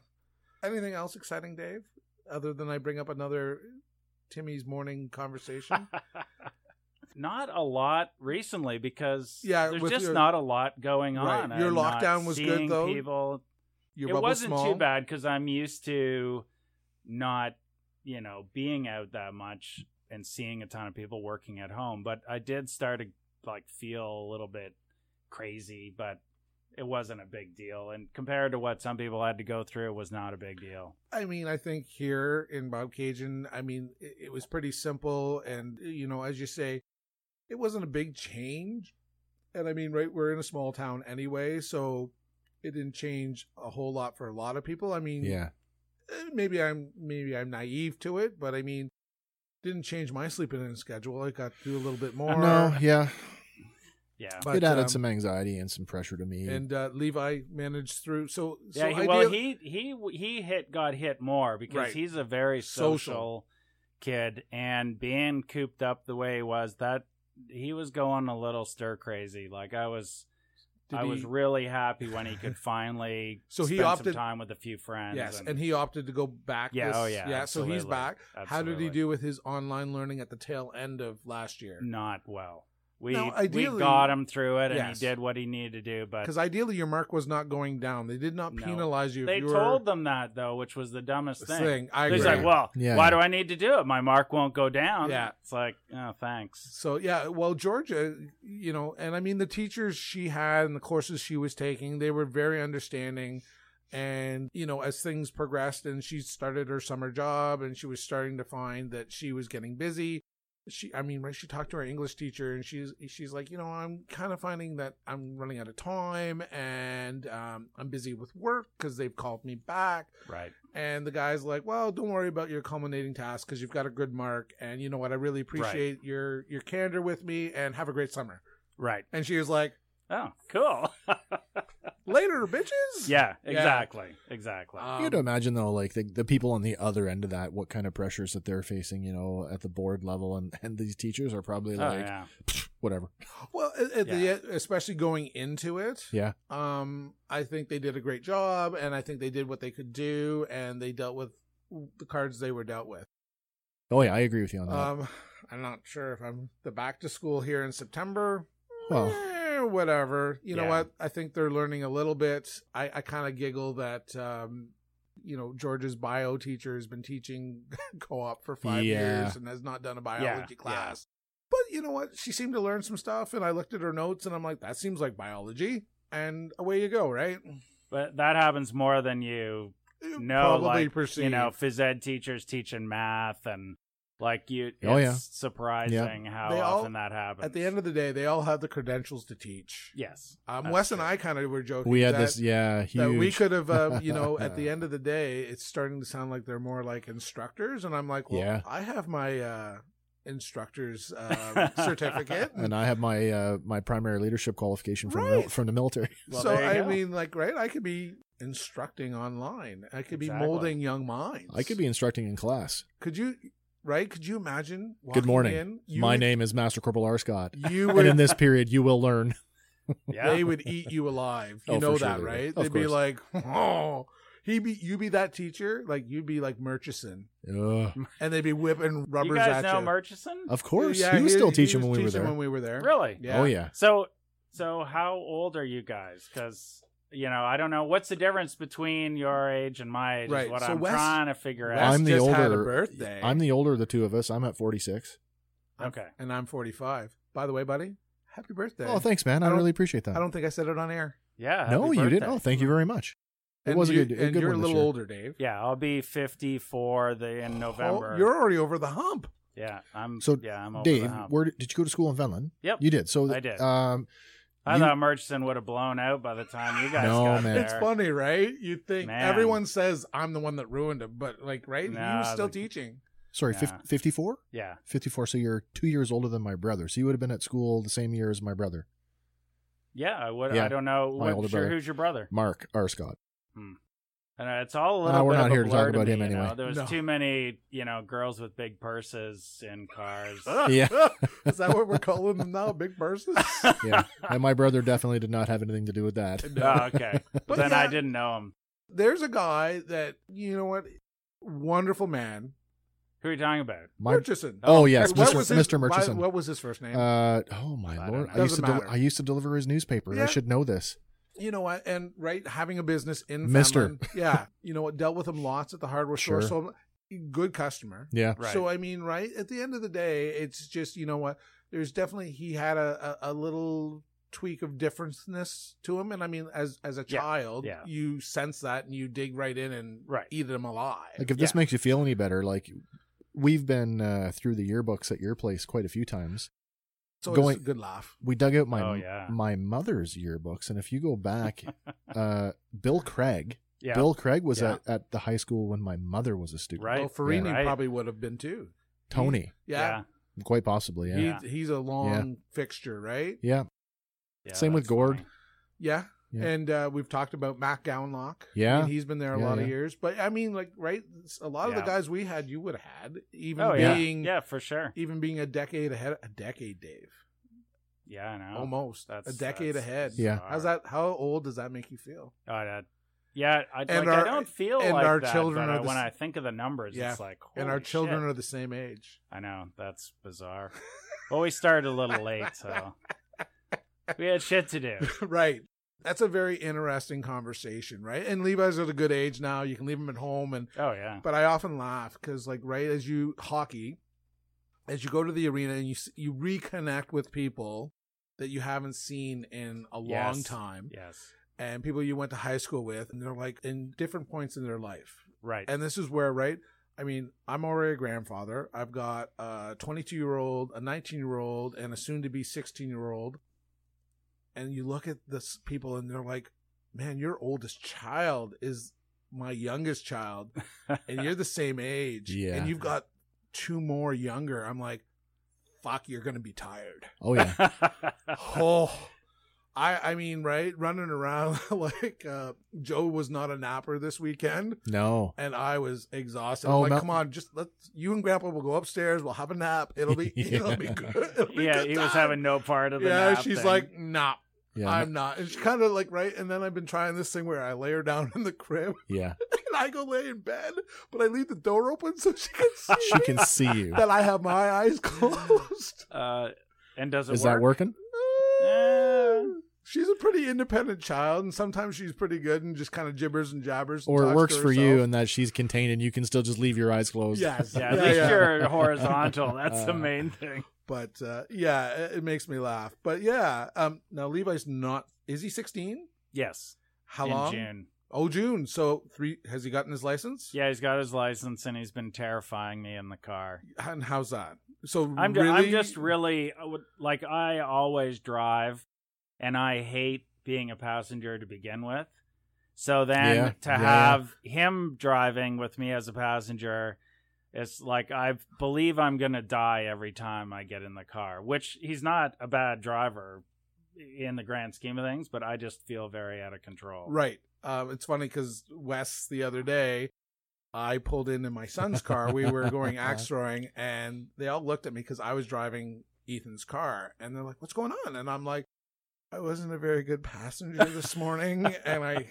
Speaker 2: anything else exciting, Dave? Other than I bring up another Timmy's morning
Speaker 3: (laughs)
Speaker 2: conversation.
Speaker 3: Not a lot recently because
Speaker 2: Yeah,
Speaker 3: there's
Speaker 2: with
Speaker 3: just
Speaker 2: your-
Speaker 3: not a lot going
Speaker 2: Right.
Speaker 3: on.
Speaker 2: Your
Speaker 3: I'm not
Speaker 2: lockdown was good,
Speaker 3: seeing
Speaker 2: though?
Speaker 3: People
Speaker 2: Your
Speaker 3: it
Speaker 2: bubble
Speaker 3: wasn't
Speaker 2: small.
Speaker 3: too bad because I'm used to not, you know, being out that much and seeing a ton of people working at home. But I did start to like feel a little bit crazy, but it wasn't a big deal. And compared to what some people had to go through, it was not a big deal.
Speaker 2: I mean, I think here in Bob Cajun, I mean, it, it was pretty simple. And, you know, as you say, it wasn't a big change. And I mean, right, we're in a small town anyway. So it didn't change a whole lot for a lot of people. I mean,
Speaker 1: yeah.
Speaker 2: eh, maybe I'm, maybe I'm naive to it, but I mean, didn't change my sleeping in schedule. I got to do a little bit more.
Speaker 1: No, yeah.
Speaker 3: Yeah.
Speaker 2: But,
Speaker 1: it added
Speaker 2: um,
Speaker 1: some anxiety and some pressure to me.
Speaker 2: And uh, Levi managed through. So, so
Speaker 3: yeah, he, well,
Speaker 2: ideal-
Speaker 3: he he he hit got hit more because
Speaker 2: Right.
Speaker 3: he's a very social,
Speaker 2: Social.
Speaker 3: kid, and being cooped up the way he was, that he was going a little stir crazy. Like I was,
Speaker 2: Did
Speaker 3: I was
Speaker 2: he- (laughs)
Speaker 3: really happy when he could finally
Speaker 2: So he
Speaker 3: spend some
Speaker 2: opted-
Speaker 3: time with a few friends.
Speaker 2: Yes, and,
Speaker 3: and
Speaker 2: he opted to go back.
Speaker 3: Yeah,
Speaker 2: this-
Speaker 3: oh, yeah,
Speaker 2: yeah. So he's
Speaker 3: absolutely.
Speaker 2: back. How did he
Speaker 3: Absolutely.
Speaker 2: do with his online learning at the tail end of last year?
Speaker 3: not well. We
Speaker 2: Now,
Speaker 3: we
Speaker 2: ideally-
Speaker 3: got him through it, and
Speaker 2: Yes.
Speaker 3: he did what he needed to do. But
Speaker 2: Because ideally, your mark was not going down. They did not
Speaker 3: No.
Speaker 2: penalize you.
Speaker 3: they
Speaker 2: if you
Speaker 3: told them that though, which was the dumbest
Speaker 2: were
Speaker 3: thing.
Speaker 2: I agree.
Speaker 3: He's like, well,
Speaker 1: Yeah,
Speaker 3: why
Speaker 1: yeah.
Speaker 3: do I need to do it? My mark won't go down.
Speaker 2: Yeah.
Speaker 3: It's like, oh, thanks.
Speaker 2: so yeah, well, Georgia, you know, and I mean the teachers she had and the courses she was taking, they were very understanding. And, you know, as things progressed and she started her summer job and she was starting to find that she was getting busy. She, I mean, right, she talked to her English teacher and she's, she's like, you know, I'm kind of finding that I'm running out of time and, um, I'm busy with work because they've called me back.
Speaker 3: Right.
Speaker 2: And the guy's like, "Well, don't worry about your culminating task because you've got a good mark, and you know what? I really appreciate your your candor with me, and have a great summer."
Speaker 3: Right.
Speaker 2: And she was like,
Speaker 3: Oh, cool. (laughs)
Speaker 2: "Later, bitches."
Speaker 3: yeah,
Speaker 2: Yeah.
Speaker 3: Uh, exactly. Exactly.
Speaker 1: you
Speaker 2: um,
Speaker 1: got to imagine though, like the, the people on the other end of that, what kind of pressures that they're facing, you know, at the board level, and (laughs) and these teachers are probably
Speaker 3: oh,
Speaker 1: like,
Speaker 3: yeah.
Speaker 1: "Pfft, whatever.
Speaker 2: Um, Well, at, at the especially going into it,
Speaker 1: Yeah.
Speaker 2: Um, I think they did a great job, and I think they did what they could do, and they dealt with the cards they were dealt with.
Speaker 1: Oh yeah, I agree with you on
Speaker 3: Uh,
Speaker 1: that.
Speaker 2: Um, I'm not sure if I'm the back to school here in September.
Speaker 1: Well-
Speaker 2: Eh, whatever. You know
Speaker 3: Yeah.
Speaker 2: what? I think they're learning a little bit. I, I kind of giggle that, um, you know, George's bio teacher has been teaching (laughs) co op for five
Speaker 1: Yeah.
Speaker 2: years and has not done a biology
Speaker 3: yeah.
Speaker 2: class. But you know what? She seemed to learn some stuff, and I looked at her notes and I'm like, that seems like biology. And away you go, right?
Speaker 3: But that happens more than you,
Speaker 2: You
Speaker 3: No,
Speaker 2: probably
Speaker 3: like,
Speaker 2: perceive.
Speaker 3: you know, phys ed teachers teaching math and like you. It's
Speaker 1: Oh, yeah.
Speaker 3: surprising how
Speaker 2: They all-
Speaker 3: often that happens.
Speaker 2: at the end of the day, they all have the credentials to teach.
Speaker 3: yes,
Speaker 2: Um,
Speaker 3: That's
Speaker 2: Wes and
Speaker 3: true.
Speaker 2: I kind of were joking.
Speaker 1: we had
Speaker 2: that-
Speaker 1: this, yeah, huge.
Speaker 2: that we could have, uh, you know, at
Speaker 1: (laughs)
Speaker 2: the end of the day, it's starting to sound like they're more like instructors, and I'm like, well,
Speaker 1: Yeah.
Speaker 2: I have my uh, instructor's
Speaker 1: (laughs)
Speaker 2: um, certificate,
Speaker 1: and I have my uh, my primary leadership qualification from the, mil-
Speaker 2: Right.
Speaker 1: from the military. (laughs)
Speaker 3: Well,
Speaker 2: so
Speaker 3: there you
Speaker 2: I
Speaker 3: go.
Speaker 2: mean, like, right? I could be instructing online. I could be
Speaker 3: Exactly.
Speaker 2: molding young minds.
Speaker 1: I could be instructing in class.
Speaker 2: Could you? Right? Could you imagine? walking
Speaker 1: Good morning.
Speaker 2: in, you
Speaker 1: my
Speaker 2: would-
Speaker 1: name is Master Corporal R. Scott,
Speaker 2: (laughs)
Speaker 1: (laughs)
Speaker 2: You
Speaker 1: and in
Speaker 2: would.
Speaker 1: this period, you will learn.
Speaker 3: yeah,
Speaker 2: They would eat you alive.
Speaker 1: Oh,
Speaker 2: You
Speaker 1: for
Speaker 2: know
Speaker 1: sure
Speaker 2: that,
Speaker 1: they would.
Speaker 2: right?
Speaker 1: Of
Speaker 2: They'd be
Speaker 1: course.
Speaker 2: like, oh. He be you be that teacher like you'd be like Murchison
Speaker 1: Ugh.
Speaker 2: and they'd be whipping rubbers
Speaker 3: you guys
Speaker 2: at
Speaker 3: know
Speaker 2: you.
Speaker 3: Murchison?
Speaker 1: Of course,
Speaker 2: Yeah,
Speaker 1: he was still teaching
Speaker 2: was
Speaker 1: when we were
Speaker 2: teaching
Speaker 1: there.
Speaker 2: When we were there,
Speaker 3: Really?
Speaker 2: Yeah.
Speaker 1: Oh yeah,
Speaker 3: So, so how old are you guys? Because you know, I don't know what's the difference between your age and my age.
Speaker 2: Right.
Speaker 3: Is what
Speaker 2: So
Speaker 3: I'm
Speaker 2: Wes-
Speaker 3: trying to figure
Speaker 2: Wes
Speaker 3: out.
Speaker 1: I'm the
Speaker 2: just had a
Speaker 1: older-
Speaker 2: birthday.
Speaker 1: I'm the older of the two of us. I'm at 46.
Speaker 3: Okay.
Speaker 2: and I'm 45. By the way, buddy, happy birthday!
Speaker 1: Oh, thanks, man.
Speaker 2: I
Speaker 1: I,
Speaker 2: don't-
Speaker 1: really appreciate that.
Speaker 2: I don't think I said it on air.
Speaker 3: Yeah.
Speaker 1: no,
Speaker 3: happy
Speaker 1: you didn't.
Speaker 3: birthday.
Speaker 1: Oh, thank you very much. It
Speaker 2: And
Speaker 1: was a
Speaker 2: you-
Speaker 1: good- a
Speaker 2: and
Speaker 1: good
Speaker 2: you're
Speaker 1: one
Speaker 2: a
Speaker 1: this
Speaker 2: little
Speaker 1: year.
Speaker 2: older, Dave.
Speaker 3: Yeah, I'll be 54 the in November.
Speaker 2: Oh, you're already over the hump.
Speaker 3: yeah, I'm.
Speaker 1: So,
Speaker 3: yeah,
Speaker 2: Oh,
Speaker 3: I'm over the
Speaker 1: Dave,
Speaker 3: hump.
Speaker 1: where did you go to school in Finland?
Speaker 3: Yep.
Speaker 1: you did. So
Speaker 3: I did.
Speaker 1: Um,
Speaker 3: I
Speaker 1: you-
Speaker 3: thought Murchison would have blown out by the time you guys
Speaker 1: No,
Speaker 3: got
Speaker 1: man.
Speaker 3: there.
Speaker 2: It's funny, right? You think
Speaker 3: Man.
Speaker 2: everyone says I'm the one that ruined it, but like, right? he was
Speaker 3: Nah,
Speaker 2: still
Speaker 3: like-
Speaker 2: teaching.
Speaker 1: sorry,
Speaker 3: Yeah.
Speaker 1: 54.
Speaker 3: Yeah.
Speaker 1: 54. So you're two years older than my brother. So you would have been at school the same year as my brother,
Speaker 3: Yeah, I would.
Speaker 1: Yeah,
Speaker 3: I don't know.
Speaker 1: my
Speaker 3: what-
Speaker 1: older
Speaker 3: sure,
Speaker 1: brother.
Speaker 3: who's your brother?
Speaker 1: Mark R.
Speaker 2: (laughs)
Speaker 1: Scott.
Speaker 3: And it's all a little
Speaker 1: Uh, we're
Speaker 3: bit
Speaker 1: not
Speaker 3: of a
Speaker 1: here to talk
Speaker 3: blur
Speaker 1: about
Speaker 3: me,
Speaker 1: him
Speaker 3: you know?
Speaker 1: anyway.
Speaker 3: There was
Speaker 2: No.
Speaker 3: too many, you know, girls with big purses in
Speaker 1: (laughs)
Speaker 3: cars.
Speaker 1: Yeah.
Speaker 2: (laughs) Is that what we're calling them now? Big
Speaker 3: (laughs)
Speaker 2: purses?
Speaker 1: Yeah, and my brother definitely did not have anything to do with that.
Speaker 3: oh, okay.
Speaker 1: (laughs)
Speaker 2: But
Speaker 3: then I
Speaker 2: yeah.
Speaker 3: didn't know him.
Speaker 2: uh, There's a guy that you know what, wonderful man,
Speaker 3: Who are you talking about?
Speaker 1: My,
Speaker 2: Murchison.
Speaker 1: oh yes,
Speaker 2: What
Speaker 1: Mr.
Speaker 2: was his-
Speaker 1: Mr. Murchison.
Speaker 2: why- What was his first name?
Speaker 1: uh, oh my
Speaker 3: I don't
Speaker 1: lord!
Speaker 3: know.
Speaker 1: I used to
Speaker 2: Doesn't
Speaker 1: del-
Speaker 2: matter.
Speaker 1: I used to deliver his newspaper.
Speaker 2: Yeah.
Speaker 1: I should know this.
Speaker 2: you know what? And right, having a business in
Speaker 1: Mister.
Speaker 2: Finland, yeah, you know what? Dealt with him lots at the hardware
Speaker 1: Sure.
Speaker 2: store, so good customer.
Speaker 1: Yeah,
Speaker 3: Right.
Speaker 2: So I mean, right at the end of the day, it's just you know what? There's definitely he had a a, a little tweak of differentness to him, and I mean, as as a
Speaker 3: Yeah.
Speaker 2: child,
Speaker 3: Yeah.
Speaker 2: you sense that and you dig right in and
Speaker 3: Right.
Speaker 2: eat him alive.
Speaker 1: Like if this
Speaker 3: Yeah.
Speaker 1: makes you feel any better, like we've been uh, through the yearbooks at your place quite a few times.
Speaker 2: so
Speaker 1: going-
Speaker 2: it's a good laugh.
Speaker 1: We dug out my
Speaker 3: Oh,
Speaker 2: (laughs)
Speaker 3: yeah.
Speaker 1: my mother's yearbooks, and if you go back, uh, Bill Craig,
Speaker 3: Yeah.
Speaker 1: Bill Craig was
Speaker 2: Yeah.
Speaker 1: at, at the high school when my mother was a student.
Speaker 3: Right.
Speaker 2: well, Farini
Speaker 3: Right.
Speaker 2: probably would have been too.
Speaker 1: Tony,
Speaker 2: Yeah,
Speaker 1: quite possibly. Yeah,
Speaker 2: He,
Speaker 3: Yeah.
Speaker 2: he's a long fixture, right?
Speaker 1: yeah,
Speaker 3: Yeah,
Speaker 1: Same with
Speaker 3: that's
Speaker 1: Gord.
Speaker 3: funny.
Speaker 2: Yeah.
Speaker 1: Yeah.
Speaker 2: And uh, we've talked about Mac Gownlock. I
Speaker 1: Yeah.
Speaker 2: mean, he's been there a
Speaker 1: Yeah,
Speaker 2: lot of
Speaker 1: yeah.
Speaker 2: years. But I mean, like, right? it's- A lot of the
Speaker 3: Yeah.
Speaker 2: guys we had, you would have had, even
Speaker 3: Oh, yeah.
Speaker 2: being
Speaker 3: Yeah, for sure.
Speaker 1: e
Speaker 2: even being a decade ahead. A decade, Dave.
Speaker 3: Yeah, I know.
Speaker 2: Almost.
Speaker 3: That's
Speaker 2: a decade
Speaker 3: that's
Speaker 2: ahead.
Speaker 1: Yeah.
Speaker 3: bizarre.
Speaker 2: How's that? How old does that make you feel?
Speaker 3: Oh, that- yeah, I,
Speaker 2: And
Speaker 3: like,
Speaker 2: our-
Speaker 3: I don't feel
Speaker 2: and
Speaker 3: like
Speaker 2: our
Speaker 3: that,
Speaker 2: children
Speaker 3: but
Speaker 2: are
Speaker 3: I-
Speaker 2: the
Speaker 3: when
Speaker 2: s-
Speaker 3: I think of the numbers,
Speaker 2: Yeah.
Speaker 3: it's like,
Speaker 2: and our
Speaker 3: holy
Speaker 2: children
Speaker 3: shit.
Speaker 2: are the same age. (laughs)
Speaker 3: I know that's bizarre. well, we started a little late, so we had shit to do.
Speaker 2: right. That's a very interesting conversation, right? And Levi's at a good age now. You can leave him at home and
Speaker 3: Oh yeah,
Speaker 2: But I often laugh because, like, right as you hockey, as you go to the arena and you s- you reconnect with people that you haven't seen in a long
Speaker 3: Yes.
Speaker 2: time,
Speaker 3: yes,
Speaker 2: and people you went to high school with, and they're like in different points in their life.
Speaker 3: Right. (laughs)
Speaker 2: And this is where, right? I mean, I'm already a grandfather. I've got a 22 year old, a 19 year old, and a soon to be 16 year old. And you look at this people, and they're like, "Man, your oldest child is my youngest child, and you're the same age,
Speaker 1: Yeah.
Speaker 2: and you've got two more younger." I'm like, "Fuck, you're gonna be tired."
Speaker 1: Oh yeah.
Speaker 2: oh i i mean right running around (laughs) like uh joe was not a napper this weekend
Speaker 1: No.
Speaker 2: and i was exhausted
Speaker 1: Oh,
Speaker 2: I'm like
Speaker 1: no.
Speaker 2: come on just let's you and grandpa will go upstairs we'll have a nap
Speaker 1: (laughs)
Speaker 2: it'll be it'll be good it'll be
Speaker 3: yeah,
Speaker 2: good
Speaker 3: he was
Speaker 2: time."
Speaker 3: having no part of the
Speaker 2: yeah
Speaker 3: nap
Speaker 2: she's
Speaker 3: thing.
Speaker 2: like nah
Speaker 1: Yeah.
Speaker 2: i'm not it's kind of like right and then i've been trying this thing where i lay her down (laughs) in the crib
Speaker 1: (laughs)
Speaker 2: (laughs)
Speaker 1: yeah.
Speaker 2: and i go lay in bed but i leave the door open so she can see
Speaker 1: (laughs) She can see you.
Speaker 2: that i have my
Speaker 3: (laughs)
Speaker 2: eyes closed (laughs)
Speaker 3: uh, and does it
Speaker 1: Is
Speaker 3: work?
Speaker 1: that working?
Speaker 3: Eh,
Speaker 2: she's a pretty independent child, and sometimes she's pretty good and just kind of gibbers and jabbers. and
Speaker 1: Or it
Speaker 2: talks
Speaker 1: works
Speaker 2: to
Speaker 1: for you
Speaker 2: herself.
Speaker 1: and that she's contained and you can still just leave your eyes closed.
Speaker 2: Yes,
Speaker 3: yeah, at
Speaker 2: yeah,
Speaker 3: least
Speaker 2: yeah. (laughs)
Speaker 3: you're horizontal. That's the
Speaker 1: Uh,
Speaker 3: main thing.
Speaker 2: But uh, yeah, it, it makes me laugh. But yeah, um, now Levi's not. Is he sixteen?
Speaker 3: Yes.
Speaker 2: How
Speaker 3: in
Speaker 2: long?
Speaker 3: June.
Speaker 2: Oh, June. So three. Has he gotten his license?
Speaker 3: Yeah, he's got his license and he's been terrifying me in the car.
Speaker 2: And how's that? So
Speaker 3: I'm, ju-
Speaker 2: really,
Speaker 3: I'm just really I would- like I always drive, and I hate being a passenger to begin with. So then
Speaker 1: Yeah,
Speaker 3: to
Speaker 1: yeah.
Speaker 3: have him driving with me as a passenger, it's like I believe I'm gonna die every time I get in the car. Which he's not a bad driver in the grand scheme of things, but I just feel very out of control.
Speaker 2: right. Um, it's funny because Wes the other day. I pulled in in my son's car. We were going axe throwing, and they all looked at me because I was driving Ethan's car, and they're like, "What's going on?" And I'm like, "I wasn't a very good passenger this morning, and I,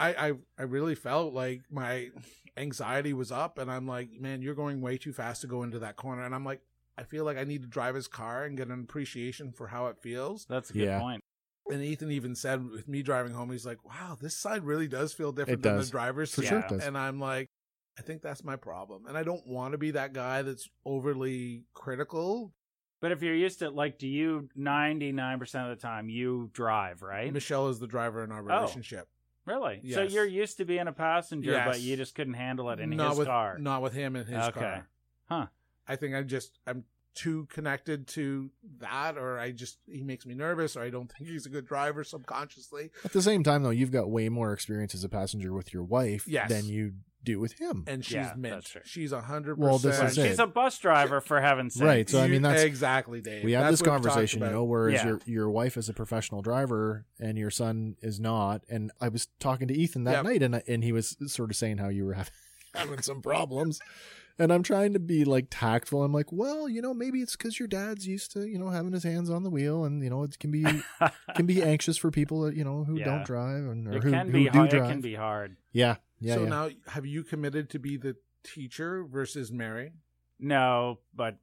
Speaker 2: I, I, I really felt like my anxiety was up, and I'm like, man, you're going way too fast to go into that corner, and I'm like." I feel like I need to drive his car and get an appreciation for how it feels.
Speaker 3: That's a good
Speaker 1: Yeah.
Speaker 3: point.
Speaker 2: And Ethan even said with me driving home, he's like, "Wow, this side really does feel different
Speaker 1: It
Speaker 2: than the
Speaker 1: does.
Speaker 2: driver's
Speaker 1: For
Speaker 2: seat."
Speaker 1: sure
Speaker 3: Yeah.
Speaker 1: it does.
Speaker 2: and I'm like, I think that's my problem, and I don't want to be that guy that's overly critical.
Speaker 3: But if you're used to like, do you 99% of the time you drive, right?
Speaker 2: Michelle is the driver in our
Speaker 3: Oh.
Speaker 2: relationship,
Speaker 3: Really? So
Speaker 2: Yes.
Speaker 3: you're used to being a passenger, but
Speaker 2: Yes.
Speaker 3: you just couldn't handle it in
Speaker 2: not
Speaker 3: his
Speaker 2: with
Speaker 3: car.
Speaker 2: not with him in his
Speaker 3: Okay.
Speaker 2: car.
Speaker 3: Huh.
Speaker 2: I think I just I'm too connected to that, or I just he makes me nervous, or I don't think he's a good driver subconsciously.
Speaker 1: At the same time though, you've got way more experience as a passenger with your wife
Speaker 2: Yes.
Speaker 1: than you do with him.
Speaker 2: And she's
Speaker 3: Yeah, that's
Speaker 2: mint.
Speaker 3: true.
Speaker 2: She's a hundred
Speaker 1: Well, this
Speaker 3: Right.
Speaker 2: percent.
Speaker 1: is it.
Speaker 3: She's a bus driver, for heaven's sake. (laughs)
Speaker 1: Right, so I
Speaker 2: You-
Speaker 1: mean, that's-
Speaker 2: exactly, Dave.
Speaker 1: we have this
Speaker 2: That's what talked
Speaker 1: conversation, you
Speaker 2: about.
Speaker 1: know, whereas
Speaker 3: Yeah.
Speaker 1: your your wife is a professional driver and your son is not. And I was talking to Ethan that
Speaker 2: Yep.
Speaker 1: night, and I- and he was sort of saying how you were (laughs) having
Speaker 2: (laughs)
Speaker 1: having some problems, and I'm trying to be like tactful. I'm like, well, you know, maybe it's because your dad's used to you know having his hands on the wheel, and you know it can
Speaker 2: (laughs)
Speaker 1: be can be anxious for people that you know who
Speaker 3: Yeah.
Speaker 1: don't drive and or
Speaker 3: it
Speaker 1: who,
Speaker 3: can
Speaker 1: who
Speaker 3: be
Speaker 1: do
Speaker 3: hard. It
Speaker 1: drive.
Speaker 3: can be hard.
Speaker 1: Yeah, yeah,
Speaker 2: so
Speaker 1: yeah.
Speaker 2: now, have you committed to be the teacher versus Mary?
Speaker 3: No, but